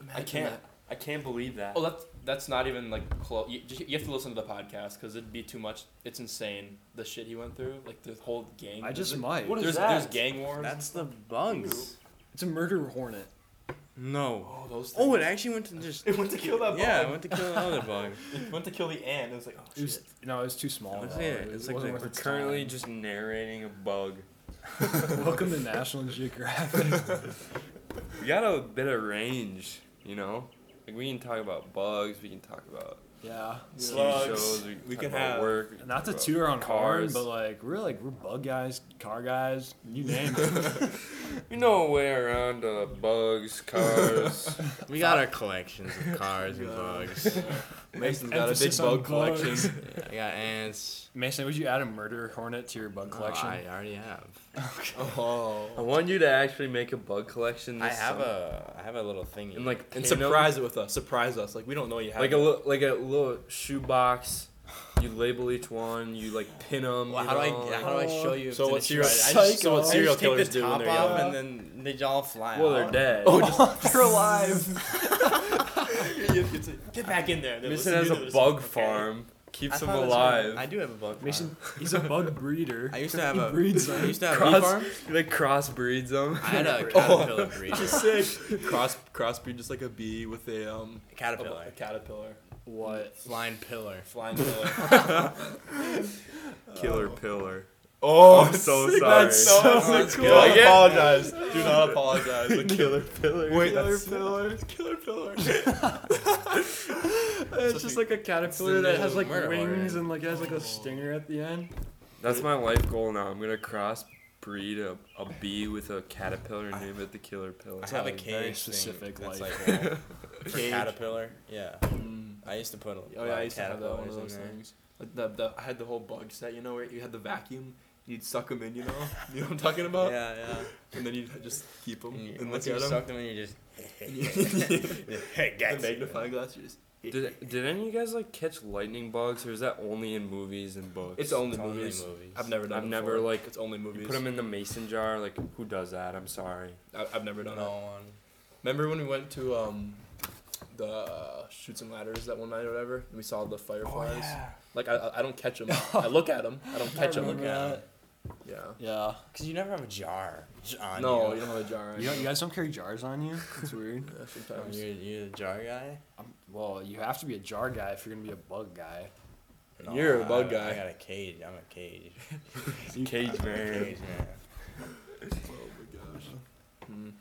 E: Imagine that.
B: *laughs* I can't believe that.
E: Oh, that's that's not even like close. You, you have to listen to the podcast because it'd be too much. It's insane the shit he went through. Like the whole gang.
D: I just
E: there's,
D: might.
B: What is
E: there's,
B: that?
E: there's gang wars.
C: That's the bugs.
D: It's a murder hornet.
C: No.
E: oh those. Things.
C: Oh, it actually went to
B: *laughs*
C: just.
E: It went to kill
B: Oh.
E: that.
C: Yeah, it
E: bug.
C: went to kill another bug.
E: It went to kill the ant. It was like oh
D: It was,
E: shit.
D: no, it was too small.
C: It's
D: though.
C: like-
D: It
C: it's like
D: wasn't
C: the-
D: worth
B: We're
D: its
B: currently
D: time.
B: just narrating a bug.
D: *laughs* welcome to National Geographic.
B: We got a bit of range, you know? Like we can talk about bugs, we can talk about
D: *laughs* yeah.
B: TV
E: Slugs.
B: shows, we can,
E: We
B: talk
E: can
B: about
E: have-
B: work. we can
D: Not
B: talk
D: to
B: about
D: toot our own horn,
B: cars.
D: but like we're like we're bug guys, car guys, you name it. *laughs*
B: you know a way around uh,
C: *laughs*
B: bugs, cars.
C: We got our collections of
E: *laughs*
C: cars and bugs.
E: Mason's got a big
D: Emphasis on
E: bug collection.
D: bugs.
C: I got ants.
D: Mason, would you add a murder hornet to your bug collection? *laughs*
C: Oh, I already have.
E: *laughs* Oh.
B: I want you to actually make a bug collection.
C: I
B: This
C: have
B: summer.
C: a. I have a little thingy.
B: and like pin
E: And
B: 'em.
E: surprise it with us. Surprise us. Like we don't know you have.
B: like a
E: it.
B: li- like a little shoebox. You label each one. You like pin them.
C: Well, how do I? How do I show you? if
E: So
C: it's
E: what serial-
C: destroyed?
E: so
C: I
E: what
C: just, I just
E: serial
C: take
E: killers
C: the
E: do when
C: top
E: they're
C: off,
E: young.
C: and then they all fly
B: Well, they're
C: out.
B: dead.
D: Oh,
B: *laughs*
D: *laughs* they're alive.
E: Get back in there.
B: Mason has a bug farm.
C: I
B: Keeps
C: thought
B: them
C: that's what-
B: alive.
C: I do have a bug.
D: Mason,
C: Farm.
D: he's a bug breeder.
C: I used to have
D: he
C: a.
D: breeds
C: I
D: them.
C: used to have a
B: Cross- Oh,
C: bee farm.
B: *laughs* He, like crossbreeds them.
C: I
B: *laughs*
C: had a caterpillar breed.
E: sick. Cross crossbreed just like a bee with a um a, a
C: Caterpillar.
E: caterpillar,
D: What?
C: Flying pillar.
E: flying *laughs* pillar.
B: Killer pillar.
E: oh,
B: I'm so
E: sick.
B: sorry.
E: That's so
D: *laughs* That's
E: sick.
D: cool.
E: Do not
D: *laughs*
E: apologize. Do not apologize. *laughs* The killer.
B: Pillar.
E: Wait,
D: Killer
E: that's-
D: pillar.
E: Killer pillar.
D: It's just like a caterpillar
C: It's the
D: that has
C: new
D: like
C: murder
D: wings
C: hornet.
D: and like has like a stinger at the end.
B: That's my life goal now. I'm gonna crossbreed a, a bee with a caterpillar and name it the killer pillar.
C: I have a
D: Very
C: cage thing
D: specific
C: that's
D: life
C: like a
E: Cage.
C: caterpillar. Yeah.
E: Mm.
C: I used to put a
E: Oh
C: lot
E: yeah,
C: of
E: I used to have that one of
C: caterpillars in
E: those
C: there.
E: things. Like the, the I had the whole bug set. You know where you had the vacuum. You'd suck them in. You know. You know what I'm talking about.
C: Yeah,
E: *laughs*
C: yeah.
E: And then you'd just keep them
C: And
E: and,
C: you, once
E: look
C: you
E: at them.
C: suck them, in,
E: *laughs*
C: you just. *laughs*
E: The
C: Gotcha.
E: magnifying glass. You just.
B: Did, did any of you guys like catch lightning bugs, or is that only in movies and books?
E: It's only
C: It's only
E: movies.
C: movies.
E: I've never done.
B: I've
E: it
B: never,
E: before.
B: like,
E: It's only movies.
B: You put them in the mason jar. Like, who does that? I'm sorry.
E: I, I've never done
C: No
E: it.
C: one.
E: Remember when we went to um, the uh, shoots and ladders that one night or whatever, and we saw the fireflies. Like I- I, I don't catch them. I look at them. I don't catch
D: I
E: them.
D: remember that.
E: Yeah.
D: Yeah.
C: Cause you never have a jar j- on
E: No,
C: you.
E: you don't have a jar.
D: You,
E: *laughs*
D: don't- you guys don't carry jars on you? It's weird.
E: Yeah,
C: Oh,
E: sometimes.
C: you're, you're the jar guy.
D: I'm, well, you have to be a jar guy if you're gonna be a bug guy.
E: *laughs* You're a bug
C: I,
E: guy.
C: I got a cage. I'm a cage. *laughs*
B: Cage man.
C: Cage man.
E: Oh my gosh. Mm.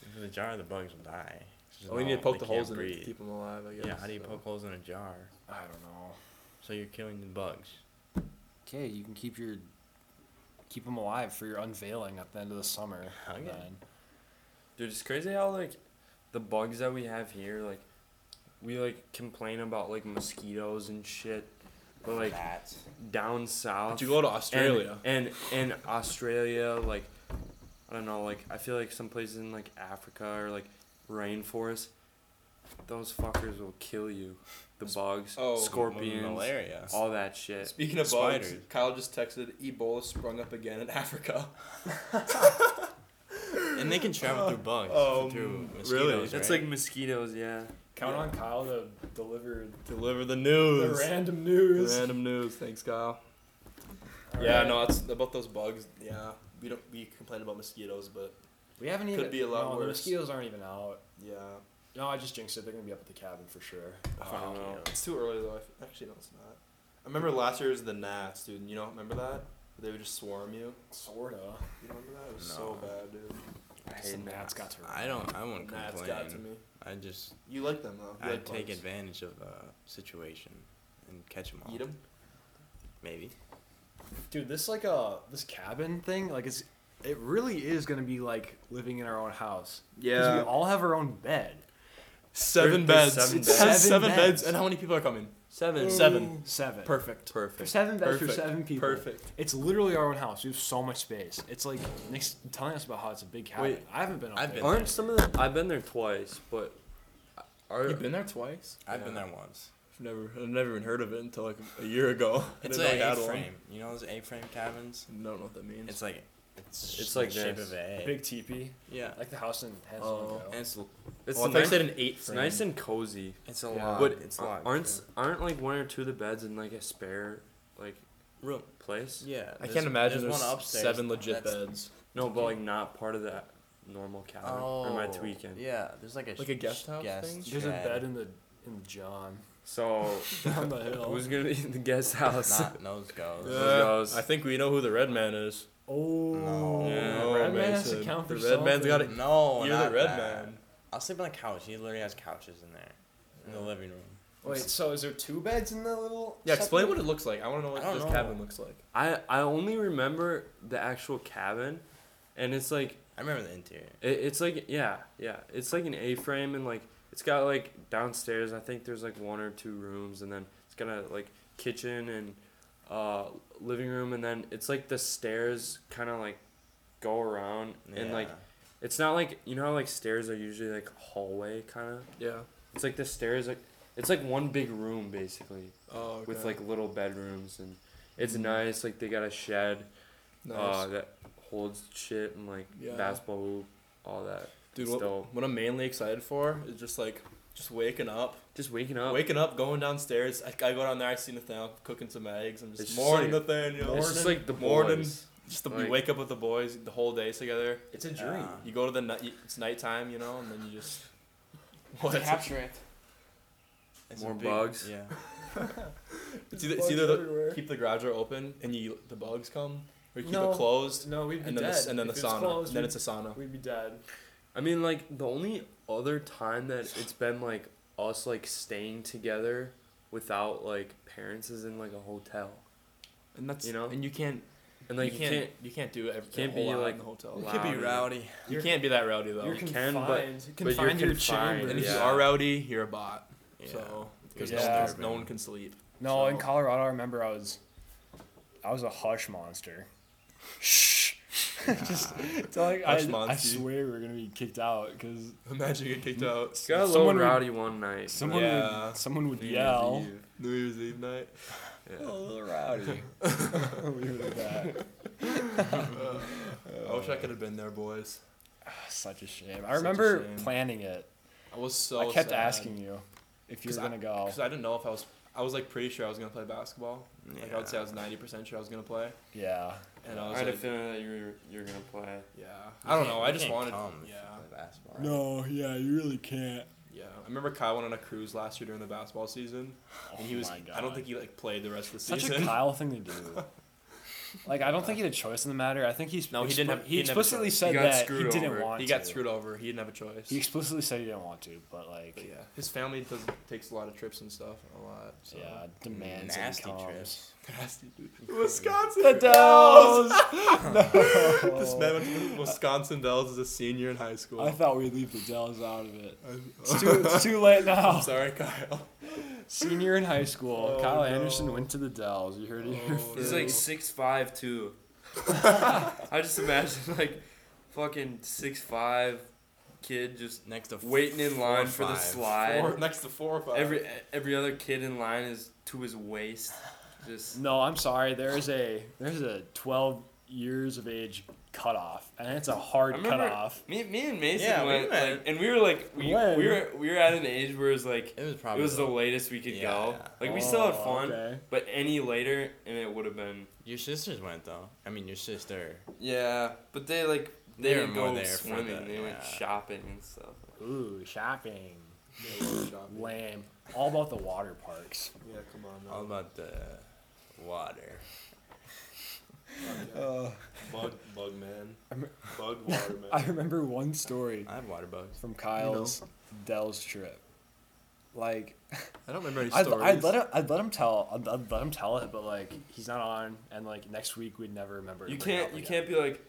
C: If it's a jar, the bugs will die. It's just
E: Well, Oh, you need to
C: not-
E: poke
C: they
E: the
C: can't
E: holes in it
C: breathe.
E: to keep them alive. I guess.
C: Yeah, how do you
E: so.
C: poke holes in a jar?
D: I don't know.
C: So you're killing the bugs.
D: Okay, you can keep your keep them alive for your unveiling at the end of the summer.
C: Okay.
D: then.
B: Dude, it's crazy how like the bugs that we have here, like we like complain about like mosquitoes and shit, but like
C: Bats.
B: down south.
E: But you go to
B: and-
E: Australia.
B: and and Australia, like I don't know, like I feel like some places in like Africa or like rainforest, Those fuckers will kill you. The bugs,
E: oh,
B: scorpions,
C: malaria.
B: all that shit.
E: Speaking of bugs,
C: Spiders.
E: Kyle just texted Ebola sprung up again in *laughs* Africa.
C: And they can travel through bugs.
E: Um,
C: through mosquitoes,
B: It's
C: right?
B: like mosquitoes, yeah.
D: Count on Kyle to deliver
E: Deliver the
D: the
E: news.
D: random news.
E: Random news. Thanks, Kyle.
D: All
E: yeah,
D: right.
E: no, it's about those bugs. Yeah, we don't we complain about mosquitoes, but
D: We haven't
E: Could
D: even.
E: be a lot
D: no, The
E: worse.
D: mosquitoes aren't even out.
E: yeah,
D: No, I just jinxed it. They're gonna be up at the cabin for sure.
E: I
B: I don't
E: don't
B: know.
E: know. It's too early though. I f actually, no, it's not. I remember last year was the gnats, dude. You know, remember that? They would just swarm you.
D: Sorta.
E: You don't remember that? It was so
C: No.
E: bad, dude.
C: I
D: Just the
C: hate
D: gnats
C: gnats.
D: got to her.
C: I don't. I won't
E: Gnats
C: complain.
E: got to me.
C: I just.
E: You like them though.
C: I
E: You
C: would
E: like
C: take
E: bugs.
C: advantage of a situation and catch them all.
E: Eat them.
C: Maybe.
D: Dude, this like uh this cabin thing, like it's it really is gonna be like living in our own house. 'Cause We all have our own bed.
E: Seven
B: There's- there's
E: beds.
B: seven
E: it
B: beds.
E: has
D: Seven
E: seven beds.
D: beds.
E: And how many people are coming?
C: Seven.
E: Seven.
D: Seven.
E: Perfect.
D: For
C: Perfect.
D: seven beds for
E: Perfect.
D: seven people.
E: Perfect.
D: It's literally our own house. We have so much space. It's like Nick's telling us about how it's a big cabin.
B: Wait,
D: I haven't been up
C: I've
D: there.
C: been-
B: Aren't some of them? I've been there twice, but are
E: You've been there twice.
C: I've been
E: Yeah.
C: there once.
E: I've never, I've never even heard of it until like a year ago. *laughs* I
C: It's
E: didn't
C: like
E: know I had
C: A
E: one.
C: frame. You know those A frame cabins?
E: I don't know what that means.
C: It's like it's,
B: It's
C: the
B: like
C: shape
B: this.
C: of a A.
D: Big teepee,
C: yeah.
D: like the house in Hanson.
E: Oh.
D: Hotel.
C: And it's l-
B: it's
E: oh, I thought you
B: nice,
E: said an eight
B: it's nice and cozy.
C: it's a
D: Yeah.
C: lot.
B: But
C: it's a lot.
B: aren't s- aren't like one or two of the beds in like a spare like
C: room?
B: place?
C: Yeah.
E: I
C: there's-
E: can't imagine
C: there's
E: there's,
C: one upstairs.
E: seven legit
C: That's- *laughs*
E: beds.
B: No, but like not part of that normal cabin
C: Oh.
B: or my tweaking.
C: Yeah. There's like a
E: Like a
C: sh-
E: guest house
C: guest
E: thing?
D: There's a
C: shed.
D: bed in the in
E: *laughs*
D: John *laughs*
C: *laughs*
B: So
D: down the hill.
B: who's gonna be in the guest house?
C: Not nose goes.
B: Yeah. goes.
E: I think we know who the red man is.
D: Oh,
C: No.
B: Yeah.
D: Red Man has to
E: Mason.
D: count for
E: The red man's got it.
D: something.
C: No,
E: You're the
C: Oh, not
E: red
C: that.
E: man.
C: I'll sleep on a couch. He literally has couches in there, in the
E: Yeah.
C: living room.
D: Wait, so is there two beds in the little?
E: Yeah, explain
D: separate-
E: what it looks like. I want to know
C: I
E: what
C: don't
E: this
C: know.
E: cabin looks like.
B: I I only remember the actual cabin, and it's like
C: I remember the interior.
B: it, it's like yeah yeah it's like an A frame and like it's got like downstairs I think there's like one or two rooms and then it's got a like kitchen and uh living room and then it's like the stairs kind of like go around and like
C: Yeah.
B: it's not like you know how like stairs are usually like hallway kind of
E: Yeah.
B: it's like the stairs like it's like one big room basically
E: Oh, okay.
B: with like little bedrooms and it's
E: Mm.
B: nice like they got a shed
E: nice.
B: uh, that holds shit and like
E: Yeah.
B: basketball hoop, all that.
E: dude,
B: it's dope.
E: what, what I'm mainly excited for is just like just waking up,
B: Just waking up.
E: waking up, going downstairs. I, I go down there, I see Nathaniel cooking some eggs. I'm
B: It's
E: just
B: just
E: morning
B: like-
E: Nathaniel.
B: it's just like the
E: morning.
B: boys.
E: Just the, we
B: like-
E: wake up with the boys the whole day together.
D: It's a
C: dream.
E: You go to the night. It's nighttime, you know, and then you just. *laughs*
D: *laughs*
E: What?
C: It's a
B: More bugs.
C: Yeah.
E: It's either, it's either the, keep the garage door open and you the bugs come, or you keep
D: No.
E: it closed,
D: No, we'd be
E: and then
D: dead.
E: the, and then
D: If
E: the
D: it's
E: sauna,
D: closed,
E: then
D: we'd-
E: it's a sauna.
D: We'd be dead.
B: I mean, like the only other time that it's been like us like staying together without like parents is in like a hotel,
E: And that's
B: You know?
E: and you can't
B: and like
E: you can't, you can't do every,
B: can't
E: a whole
B: be,
E: lot
B: like,
E: in the hotel.
B: loud.
C: Could be
B: Wow.
C: rowdy.
E: You
D: You're-
E: can't be that rowdy though.
D: You're
B: You
D: confined.
B: can, but-
D: you
B: but you're
D: confined to your
B: confined,
D: chamber.
E: and if you
B: Yeah.
E: are rowdy, you're a bot.
C: Yeah.
E: So because
D: Yeah.
E: no,
D: Yeah.
E: there's- no one can sleep. *laughs*
D: No, in
E: So-
D: Colorado, I remember I was, I was a hush monster. Shh. *laughs* Just so like,
E: Hush
D: I, I
E: monster.
D: swear we are gonna be kicked out because
E: Imagine you get kicked out
B: got a little
D: someone would-
B: rowdy one night.
D: someone
E: Yeah.
D: would someone would
B: New Year's
D: yell. Oh,
B: Eve.
E: New Year's Eve night.
D: *laughs*
B: Yeah.
E: little *laughs* rowdy.
D: We were like that. *sighs*
E: I wish I could have been there, boys.
D: Such a shame. I
E: a
D: remember
E: shame.
D: planning it.
E: I was so.
D: I kept
E: sad.
D: asking you if you were
E: 'Cause I-
D: gonna go.
E: Because I didn't know if I was, I was like pretty sure I was gonna play basketball.
C: Yeah.
E: Like I would say I was ninety percent sure I was gonna play,
D: Yeah.
E: and I
B: I
E: was
B: had a
E: like,
B: feeling that you were you're gonna play.
E: yeah, I don't know. I just wanted,
C: Come
E: yeah,
C: Basketball, right?
D: No, yeah, you really can't.
E: yeah. I remember Kyle went on a cruise last year during the basketball season, and
D: Oh
E: he was. I don't think he like played the rest of the
D: such a
E: season.
D: Kyle thing to do. Like I don't think he had a choice in the matter. I think he's
E: No, he didn't have-
D: he
E: he didn't have a
D: explicitly
E: choice.
D: said
B: He got
D: that he
B: screwed
D: didn't
B: over.
E: *laughs*
D: want.
E: he got
D: to.
E: screwed over. He didn't have a choice.
D: He explicitly said he didn't want to, but like
E: but yeah, his family does takes a lot of trips and stuff, a lot. So.
D: yeah, demands
C: Nasty
D: and comes.
C: trips.
E: *laughs* nasty dude. *laughs*
C: Wisconsin
D: The Dells. Oh.
E: This man went to Wisconsin Dells as a senior in high school.
D: I thought we'd leave the Dells out of it.
E: *laughs* I'm-
D: It's too, it's too late
E: I'm
D: now.
E: sorry, Kyle.
D: Senior in high school,
E: Oh,
D: Kyle
E: no.
D: Anderson went to the Dells. You heard it here.
E: Oh,
B: He's
E: no.
B: like six five *laughs* two. I just imagine like fucking six five, kid just
C: Next to f-
B: waiting in
C: four or
B: line for the
C: five.
B: slide.
E: Four, next to four or five.
B: Every every other kid in line is to his waist. Just
D: No, I'm sorry. There is a there's a 12 years of age cutoff, and it's a hard
B: I remember-
D: cutoff.
B: me, me and Mason
C: Yeah, we
B: went
C: went.
B: like, and we were like we,
D: When?
B: we were we were at an age where it was like
C: It was
B: it
C: probably.
B: was the latest we could
C: Yeah,
B: go.
C: yeah.
B: Like we still had
D: Oh,
B: fun,
D: okay.
B: but any later and it would have been
C: your sisters went though. I mean, your sister.
B: yeah. But they like they,
C: They were
B: didn't
C: more
B: go
C: there for
B: swimming.
C: the-
B: they went
C: yeah.
B: shopping and stuff.
D: Ooh, shopping.
E: Yeah, we're shopping.
D: Lame. All about the water parks.
E: Yeah, come on.
C: All
E: Now.
C: about the water.
D: *laughs*
E: Bug, bug man.
D: Uh. I'm-
E: Bug water man.
D: *laughs* I remember one story
C: I have water bugs.
D: from Kyle's Dell's trip. Like
E: I don't remember any
D: I'd,
E: stories.
D: I'd let him I'd let him tell I'd, I'd let him tell it, but like he's not on, and like next week we'd never remember. to
B: You
D: bring it
B: can't
D: up
B: you
D: again.
B: can't be like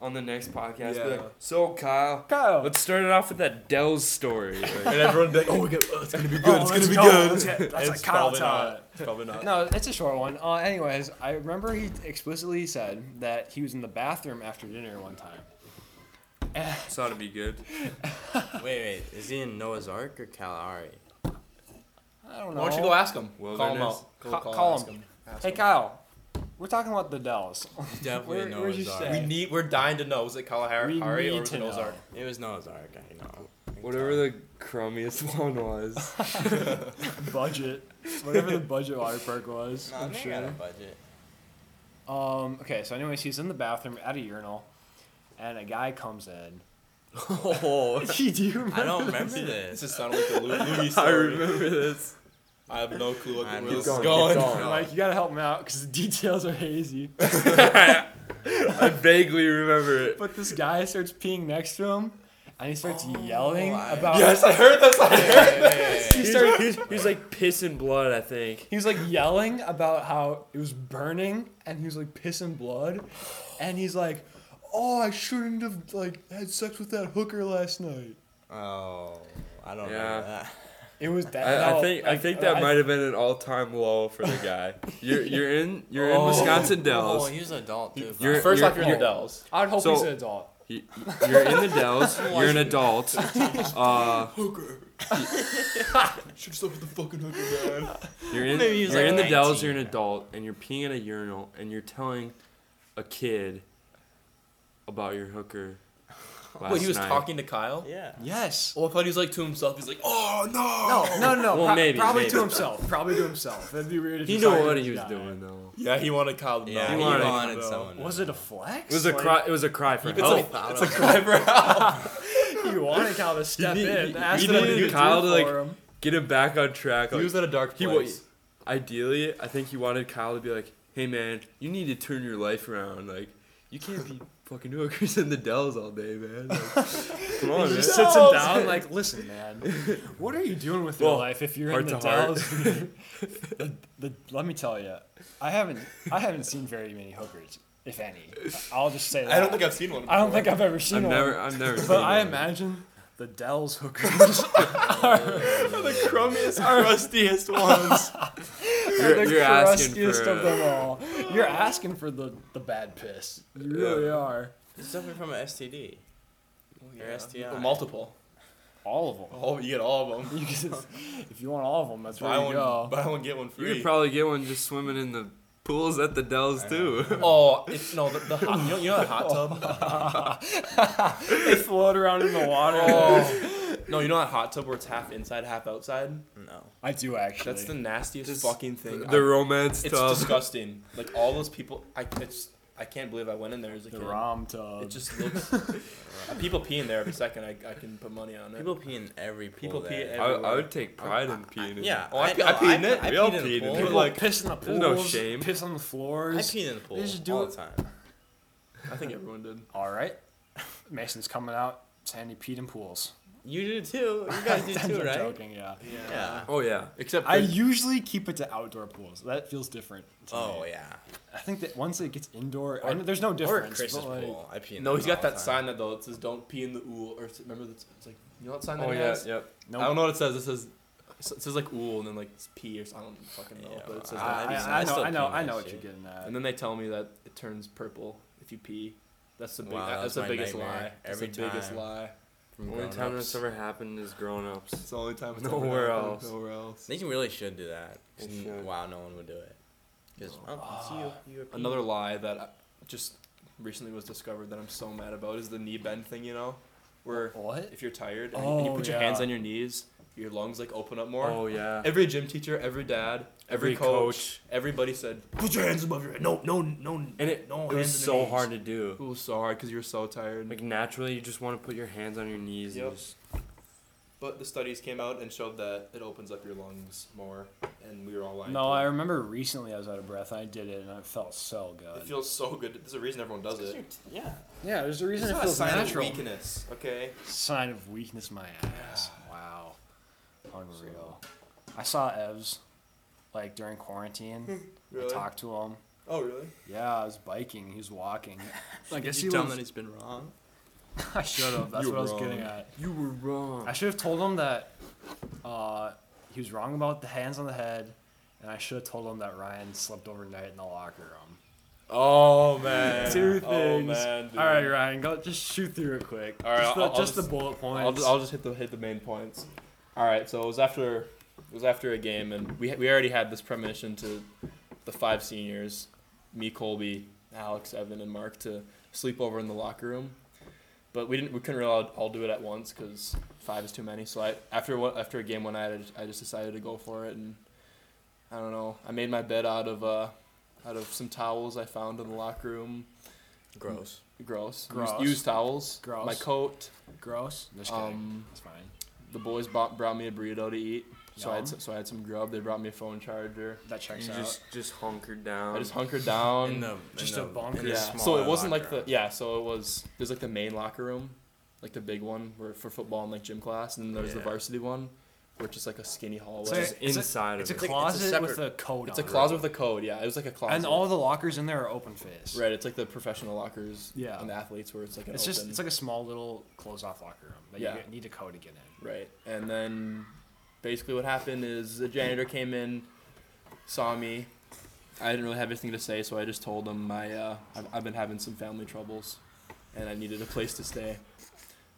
B: on the next podcast be
E: Yeah.
B: like so Kyle.
D: Kyle.
B: Let's start it off with that Dell's *laughs* story. Like,
E: and everyone's like, oh, we got, oh, it's gonna be good.
D: Oh,
E: it's gonna
D: let's
E: be
D: go,
E: good.
D: let's get- let's
E: it's
D: let Kyle
E: probably
D: tell
E: not.
D: it.
E: It's probably not.
D: No, it's a short one. Uh, anyways, I remember he explicitly said that he was in the bathroom after dinner one time.
B: this ought to be good.
C: Wait, wait. Is he in Noah's Ark or Calari?
D: I don't know.
E: Why don't you go ask him? Call him
B: Wilderness.
E: out.
D: Ca- call him.
E: Ask
D: Hey Kyle, we're talking about the Dells.
C: He's definitely
D: Where- where'd you
C: Noah's Ark.
D: stay?
E: We need. We're dying to know. Was it Kalahari
D: We
E: Hari or
D: need
E: was
D: to
E: it Ozark?
D: know.
C: It was Noah's Ark. I know. I can
B: Whatever
C: tell.
B: the crummiest *laughs* one was.
D: budget, whatever the budget water park was.
C: Nah,
D: I'm
C: they
D: sure.
C: got a budget.
D: Um. Okay. So, anyways, he's in the bathroom at a urinal, and a guy comes in.
C: Oh,
D: Do you remember?
C: *laughs* I don't remember
E: This *laughs*
C: this.
E: just sounded like a Lou- Louis story. I
B: *laughs*
E: remember this. I have no clue
C: I
E: what
C: know.
E: this is
C: Keep
E: going.
C: going, keep
E: on.
C: going.
D: Mike, you gotta help him out because the *laughs* details are hazy.
B: I vaguely remember it.
D: But this guy starts peeing next to him, and he starts yelling about.
E: Yes, I heard this.
D: *laughs*
E: I heard
D: He
B: He's,
D: started,
B: he's, he's like piss and blood, I think.
D: He was like yelling about how it was burning and he was like pissing blood and he's like, "Oh, I shouldn't have like had sex with that hooker last night."
C: *laughs* Oh, I don't
B: Yeah.
C: know that.
D: It was that.
B: I, I
D: no,
B: think I
D: like,
B: think that
D: I-
B: might have been an all time low for the guy. You're you're in you're in
E: Oh.
B: Wisconsin
C: Oh,
B: Dells.
C: he was an adult too.
B: You're-
E: this. First off,
B: you're- oh.
E: you're in the Dells.
D: I'd hope
B: So-
D: he's an adult.
B: You, are in the *laughs* Dells. You're an adult. Uh,
E: Hooker. Should stop with the fucking hooker, man.
B: you're in
C: Maybe he was
B: you're
C: like
B: in the Dells.
C: 19.
B: You're an adult, and you're peeing at a urinal, and you're telling a kid about your hooker. Last
E: Wait, he was
B: night.
E: talking to Kyle.
C: yeah.
D: Yes.
E: Oh, I thought he was like to himself. He's like, oh
D: No,
E: no.
D: no, no.
B: Well,
D: pro-
B: maybe,
D: probably
B: maybe.
D: to himself. Probably to himself. That'd be weird. If
B: He
D: he's
B: knew
D: talking to
B: what
D: this
B: he was
D: guy.
B: doing though.
E: Yeah, he wanted Kyle. to
C: Yeah,
E: know.
C: he
B: wanted-
C: wanted someone to
D: Was it a flex?
B: It was a
D: Like,
B: cry. It was a cry for
E: It's
B: help.
E: like it's a cry for help.
D: *laughs* You wanted Kyle to step
B: need-
D: in.
B: you-
D: ask
B: you
D: him
B: needed
D: do
B: Kyle to,
D: for
B: like, *laughs*
D: him.
B: Get him back on track.
E: He
B: like-
E: was in a dark
B: He
E: place.
B: wa- ideally, I think he wanted Kyle to be like, "Hey man, you need to turn your life around. Like, you can't be *laughs* fucking hookers in the Dells all day, man. Like, come on,
D: He
B: man."
D: just sits him down like, listen, man, *laughs* what are you doing with your
B: Well,
D: life if you're in
B: heart to
D: the
B: heart.
D: Dallas?
B: *laughs*
D: the, the, let me tell you, I haven't I haven't seen very many hookers, if any. I'll just say that.
E: I don't think I've seen one.
D: I don't think I've ever seen
B: I've
D: one.
B: never, I've never. seen
D: but I
B: one.
D: imagine the Dells hookers *laughs*
E: the crummiest, rustiest ones.
D: are the
B: You're, you're asking for.
D: crustiest of
B: uh,
D: them all. *laughs* You're asking for the, the bad piss. You really
B: Yeah.
D: are.
C: He's suffering from an STD. Your STI.
E: Multiple.
D: All of them.
E: Oh, you get all of them.
D: *laughs* You can- if you want all of them, that's where
E: Buy
D: you
E: one,
D: go.
E: buy one, get one
B: You
E: free.
B: could probably get one just swimming in the pools at the Dells
C: I
B: too. *laughs*
E: oh, it's, no, the, the hot, you know, you know that hot tub.
D: *laughs* they float around in the water.
E: Oh, no, you know that hot tub where it's half inside, half outside.
C: No.
D: I do actually.
E: That's the nastiest
B: Just
E: fucking thing.
B: the romance
E: it's
B: tub.
E: disgusting. Like all those people, I it's I can't believe I went in there as a
D: the
E: kid.
D: rom tub.
E: It just looks. Uh, people pee in there every second. I, I can put money on it.
C: People pee in every pool.
E: People pee
C: there.
E: in
B: I,
E: every-
B: I would take pride in peeing. in-
C: Yeah.
E: Oh, I pee- I
C: know,
E: pee in it.
C: I
B: We all
C: peed
B: peed in
C: in
B: it.
C: the
D: People
C: pool.
B: like,
D: piss in the
B: there's
D: pools.
B: no shame.
D: Piss on the
C: I
D: floors.
C: peed in the pool
D: just do
C: all
D: it.
C: the time.
E: I think everyone did.
D: All right. *laughs* Mason's coming out. Sandy peed in pools.
C: You do too. You guys do
D: *laughs* I'm
C: too, right?
D: joking, yeah.
C: Yeah.
B: Oh yeah.
E: Except
D: I usually keep it to outdoor pools. That feels different. to
C: Oh
D: me.
C: yeah.
D: I think that once it gets indoor, I know there's no
C: Or
D: difference.
C: Chris's
D: but like,
C: pool. I pee in
E: no,
C: that
E: he's got
C: all
E: that
C: the time.
E: sign that though. It says "Don't pee in the ool." Or it's- remember, that's it's like you know what sign that
B: Oh
E: it
B: yeah.
E: has?
B: Yep.
D: no,
E: I don't know what it says. It says it says like ool and then like it's pee or something. I don't fucking know,
C: Yeah,
E: but it says
D: I,
E: that.
C: I-
D: Uh, I,
C: I
D: know.
C: still
D: I know.
C: pee
D: I
C: in
D: know
C: that
D: what
C: shit.
D: you're getting at.
E: and then they tell me that it turns purple if you pee. That's the big.
C: Wow,
E: that's,
C: that's
E: the
C: my
E: biggest
C: nightmare
E: lie. That's
C: every
E: the biggest
C: time.
E: lie.
C: from
B: Only time
C: grown-ups.
B: that's ever happened is grown ups.
E: It's the only time it's
B: Nowhere
E: ever happened,
B: else.
E: Nowhere else.
C: They really should do that. 'cause
B: They
C: n-
B: should.
C: Wow, no one would do it. 'Cause,
E: No.
C: oh, it's
E: Ah,
C: Eu- European.
E: Another lie that I just recently was discovered that I'm so mad about is the knee bend thing. You know, where
D: What?
E: if you're tired and, you- and you
D: Oh,
E: put your hands
D: yeah.
E: on your knees, your lungs like open up more.
B: Oh yeah.
E: Every gym teacher, every dad, every, coach, everybody said, "Put your hands above your head. No, no, no."
B: And it,
E: no
B: it was
E: hands in the
B: so
E: knees."
B: hard to do.
E: It was so hard because you were so tired.
B: Like naturally, you just want to put your hands on your knees.
E: Yep.
B: And just,
E: But the studies came out and showed that it opens up your lungs more, and we were all lying.
D: No, I
E: to it.
D: remember recently I was out of breath. I did it and I felt so good.
E: It feels so good. There's a reason everyone does it.
C: yeah.
D: yeah, there's a
E: It's
D: reason it
E: not a
D: feels
E: sign
D: natural.
E: of weakness. Okay.
D: Sign of weakness, my ass. Wow. Unreal. I saw Evs like
E: *laughs*
D: during quarantine. I
E: Really?
D: talked to him.
E: Oh, really?
D: Yeah, I was biking. He
E: *laughs*
D: was walking. I guess he
C: you tell him
D: was- *laughs*
C: that he's been wrong.
D: I should have. That's
B: You were
D: what I was
B: wrong.
D: getting at.
B: you were wrong.
D: I should have told him that uh, he was wrong about the hands on the head, and I should have told him that Ryan slept overnight in the locker room.
E: Oh man.
D: Two
E: Oh
D: things.
E: man. dude.
D: All right, Ryan, go just shoot through it quick.
E: All right,
D: just the,
E: I'll- I'll
D: just the
E: just-
D: bullet points.
E: I'll just, I'll just hit the hit the main points. All right, so it was after it was after a game, and we we already had this premonition to the five seniors, me, Colby, Alex, Evan, and Mark to sleep over in the locker room, but we didn't we couldn't really all, all do it at once because five is too many. So I after one, after a game one night, I just, I just decided to go for it, and I don't know, I made my bed out of uh out of some towels I found in the locker room.
C: Gross.
E: Gross.
D: Gross.
E: Used, used towels.
D: Gross.
E: My coat.
D: Gross. Just kidding.
E: Um,
D: That's fine.
E: the boys bought, brought me a burrito to eat, so I had
D: Yum.
E: some, so I had some grub. They brought me a phone charger.
D: That checks
B: You
D: out.
B: just just hunkered down.
E: I just hunkered down.
C: In the, in
D: Just
C: the,
D: a bunker.
C: in the
E: yeah. So
C: smaller
E: it wasn't like
C: locker
E: the
C: room.
E: yeah. So it was there's like the main locker room, like the big one where for football and like gym class, and then there's the
C: Yeah.
E: varsity one, where it's just like a skinny hallway.
D: So
E: It's,
B: just
D: It's a-
B: inside
D: it's a
B: of it.
C: like- it's a
D: closet with a
C: separate-
D: coat
E: a
D: on it.
E: closet with a code. Yeah, it was like a closet.
D: And all the lockers in there are open face.
E: right. It's like the professional lockers.
D: Yeah.
E: And the athletes where it's like an
D: It's just
E: open-
D: it's like a small little closed off locker room that
E: Yeah.
D: you get- need a code to get in.
E: Right. And then basically what happened is the janitor came in, saw me. I didn't really have anything to say, so I just told him my uh, I've, I've been having some family troubles, and I needed a place to stay.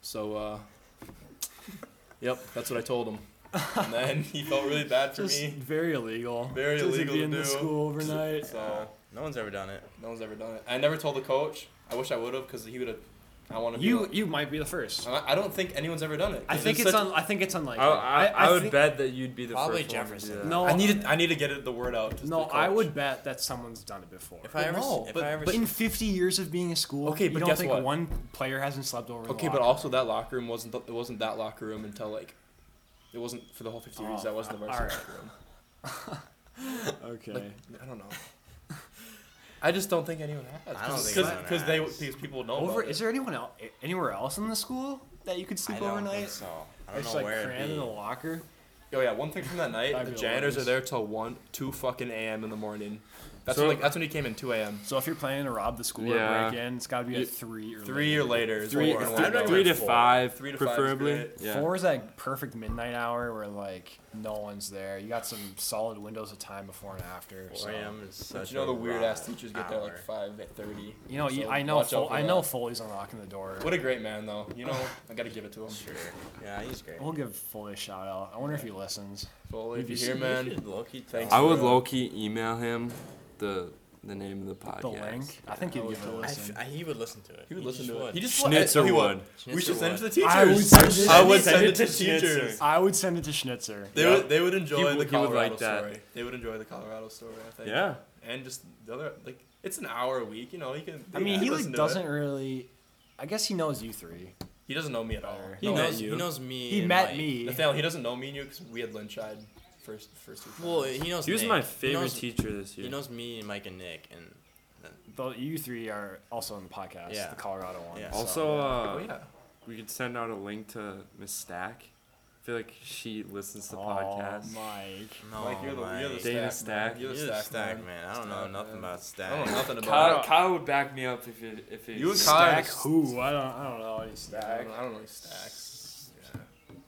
E: So, uh, yep, that's what I told him. And then he felt really bad for
D: Just
E: me.
D: very illegal.
E: Very
D: Just
E: illegal to
D: being
E: do.
D: in school overnight.
E: *laughs* So
C: No one's ever done it.
E: no one's ever done it. I never told the coach. I wish I would have, cause he would have. I want to.
D: You you might be the first.
E: I I don't think anyone's ever done it.
D: I
E: 'cause
D: think it's
E: such-
D: un, I think it's
B: I,
D: unlikely.
B: I, I, would
D: think-
B: bet that you'd be the
C: Probably
B: first One to do
C: Jefferson.
B: that.
D: No,
E: I need to, I need to get it, the word out. just
D: no,
E: to the
D: I
E: coach.
D: would bet that someone's done it before.
C: If I ever, s-
E: No,
C: if
E: but-
C: I ever,
D: But
C: s-
D: in 50 years of being a school,
E: Okay,
D: you
E: but
D: don't
E: guess
D: think
E: what?
D: one player hasn't slept over. in the
E: Okay, but
D: locker
E: also that locker room wasn't th- it wasn't that locker room until like it wasn't for the whole 50 years.
D: Oh,
E: That wasn't the
D: all
E: varsity
D: right.
E: locker room.
D: room. Okay.
E: Like, I don't know. I just don't think anyone has.
C: I don't
E: Cause,
C: think
E: cause,
C: anyone
E: 'cause they
C: has.
E: because people know
D: over
E: about
D: is
E: it.
D: there anyone else anywhere else in the school that you could
C: I
D: sleep
C: don't
D: overnight?
C: think so. I don't
D: It's
C: know
D: like
C: where it'd
D: crammed
C: be.
D: in a locker.
E: Oh yeah, one thing from that night,
D: I'd
E: the
D: be
E: janitors are
D: hilarious.
E: there till one, two fucking a.m. in the morning. That's
B: So-
E: when like, that's when he came in 2 a.m.
D: So if you're planning to rob the school
B: Yeah.
D: or break in, it's got to be
E: You-
D: at three or
E: Three or later. Is
B: Three,
E: what we're
C: I'd
E: gonna
C: recommend
E: go.
B: three to
C: four.
B: five,
E: Three to five is
B: preferably.
E: great.
B: yeah.
D: Four is that perfect midnight hour where like no one's there. You got some solid windows of time before and after. so-
C: 4 a.m. is
E: But
C: such
E: you know the
C: a
E: weird
C: rough
E: ass teachers get there like
C: hour.
E: 5:30.
D: You know, you-
E: So
D: I know,
E: watch out
D: Fo-
E: for
D: I know
E: that.
D: Foley's unlocking the door.
E: What a great man though. You know, I gotta give it to him.
C: Sure. Yeah, he's great.
D: We'll give Foley a shout out. I wonder if he listens.
E: Foley, if
D: Maybe
E: you
D: so.
E: hear man, Thanks
B: I
E: for,
B: would
E: uh,
B: low key email him the the name of the podcast.
D: The link. I think he'd
E: I would
D: give it a
E: totally.
C: I f-
D: listen.
C: I- he would listen to it.
E: He would listen
C: just
E: to it.
C: would.
E: He just
B: Schnitzer
E: I- he
B: would.
E: We should send it to the
C: Schnitzer
E: teachers.
D: I would
E: I would
D: send it-
E: send it to
C: Schnitzer.
E: teachers.
D: I would send it to Schnitzer.
E: They
B: Yeah.
E: would they would enjoy
B: would-
E: the
B: he would
E: Colorado
B: like that.
E: story. They would enjoy the Colorado story, I think.
B: Yeah.
E: And just the other like it's an hour a week, you know, he can
D: I mean,
E: can
D: he
E: listen
D: like
E: to
D: doesn't
E: it.
D: really. I guess he knows you three.
E: he doesn't know me at all.
D: Or-
C: He
E: No,
C: knows.
E: he-
C: He knows me.
D: He
C: and
D: met
C: Mike.
D: me.
E: Nathaniel, he doesn't know me and you because we had Lynchide first first week.
C: Well, he knows.
B: He was
C: Nick.
B: my favorite
C: knows-
B: teacher this year.
C: He knows me, and Mike, and Nick, and
D: Though you three are also on the podcast,
C: Yeah.
D: the Colorado one.
C: Yeah.
D: so-
B: also,
E: oh
B: uh,
E: yeah.
B: we could send out a link to Miss Stack. I feel like she listens to
D: Oh,
B: podcasts.
D: Mike.
C: no,
E: Mike, you're the
D: Oh
E: you're the
C: Mike.
E: stack, man.
B: Davis Stack.
E: You're the
C: You're
E: stack,
C: stack
E: man.
C: man. I don't know
E: Stack,
C: nothing
E: man.
C: about
E: I
C: stack.
E: don't know nothing
B: Kyle,
E: about
B: Kyle would back me up if it if it.
E: You and
B: was-
E: Kyle-
D: Stack who? I don't. I don't know. He's
E: it. I
D: stack.
E: don't, I don't know stacks. Yeah.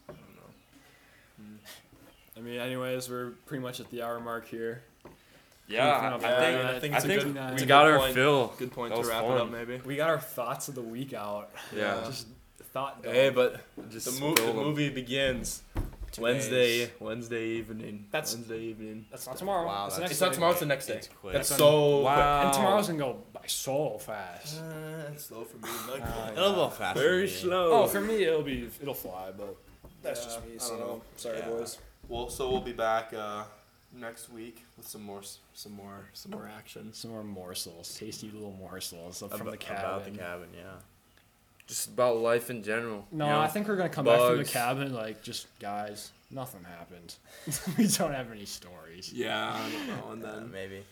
E: I don't know.
D: I mean, anyways, we're pretty much at the hour mark here.
B: Yeah, I
D: Anything else?
B: think
E: I think it's
B: I
E: a
B: think
E: good,
D: we
E: it's a
B: we
E: good
B: got our
E: point.
B: fill.
E: Good point
B: That
E: to
B: was
E: wrap it
B: fun.
E: up, maybe.
D: We got our thoughts of the week out.
B: Yeah.
D: Just thought.
E: Hey, but
B: Just
E: the, mo-
B: spill
E: the
B: 'em.
E: movie begins Wednesday, Wednesday evening.
D: That's-
E: Wednesday evening.
D: That's not tomorrow.
C: Wow,
D: that's the
C: that's-
D: next
E: It's not
D: day.
E: tomorrow. It's the next day.
C: It's quick.
E: That's
D: That's
E: so
B: Wow.
E: Oh.
D: And tomorrow's gonna go by so fast.
E: quick. Uh, *laughs* it's slow *laughs* for me. Not
D: Uh,
E: good.
C: It'll go faster.
B: Very
C: than me.
B: slow.
D: Oh, for me it'll be it'll fly, but
A: That's
E: Yeah,
A: just
E: I
A: me.
E: don't
A: So
E: know.
A: sorry,
C: Yeah.
A: boys.
E: Well, so we'll be back uh, next week with some more, s- some more, some more action.
D: some more morsels, tasty little morsels from
C: Ab-
D: the cabin.
C: About the cabin, yeah.
B: Just about life in general.
D: No,
B: you know?
D: I think we're gonna come back to the
B: bugs.
D: cabin like just guys, nothing happened. *laughs* we don't have any stories.
E: Yeah, I *laughs* don't know. And
C: Uh,
E: then,
C: maybe.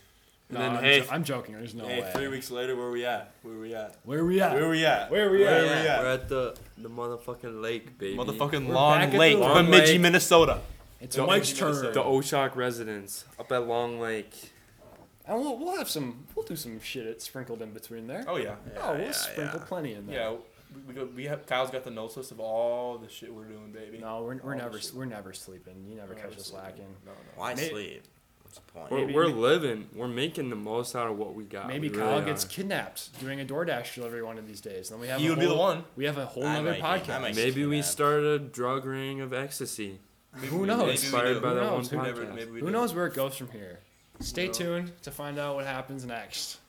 D: No,
B: then,
D: I'm,
B: hey-
D: jo- I'm joking. There's no
E: hey,
D: way.
E: three weeks later, where we at? Where we at?
D: Where we at?
E: Where we at?
D: Where we
E: Where
D: at?
E: we at?
B: We're at the the motherfucking lake, baby.
E: Motherfucking
D: We're back
E: Long
D: at the
E: Lake,
B: Long
E: Bemidji,
B: Lake.
E: Minnesota.
D: it's
B: Don't-
D: Mike's
E: Don't-
D: turn.
B: the Oshock residence up at Long Lake.
D: And Oh, we'll, we'll have some. We'll do some shit it sprinkled in between there.
E: Oh yeah.
C: Yeah,
D: oh, we'll
C: yeah,
D: sprinkle
C: yeah.
D: plenty in there.
E: Yeah, we- we, go, we have Kyle's got the notes list of all the shit we're doing, baby.
D: No, we're, we're
E: Oh,
D: never
E: shit.
D: we're never sleeping. You never catch us lacking.
E: No, no.
C: Why
D: May-
C: sleep? What's the point?
B: We're,
D: Maybe-
B: we're living. We're making the most out of what we got.
D: Maybe
B: we
D: Kyle
B: really
D: gets
B: are.
D: kidnapped doing a DoorDash delivery one of these days. Then we have
E: He
D: a
E: would be the
D: whole-
E: one.
D: We have a whole
C: I
D: other
C: might be- I
D: podcast.
C: might
B: Maybe we
C: kidnapped.
B: start a drug ring of ecstasy.
D: Who knows?
E: Maybe we
B: Inspired
E: do.
B: by
D: Who
B: that
D: knows?
B: one
E: Who never-
B: podcast.
E: maybe we
D: Who
E: do.
D: knows where it goes from here? Stay
E: knows?
D: tuned to find out what happens next.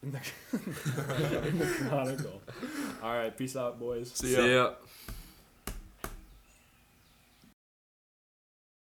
D: *laughs* In the, in the chronicle. All right, peace out, boys.
E: See ya.
B: See ya.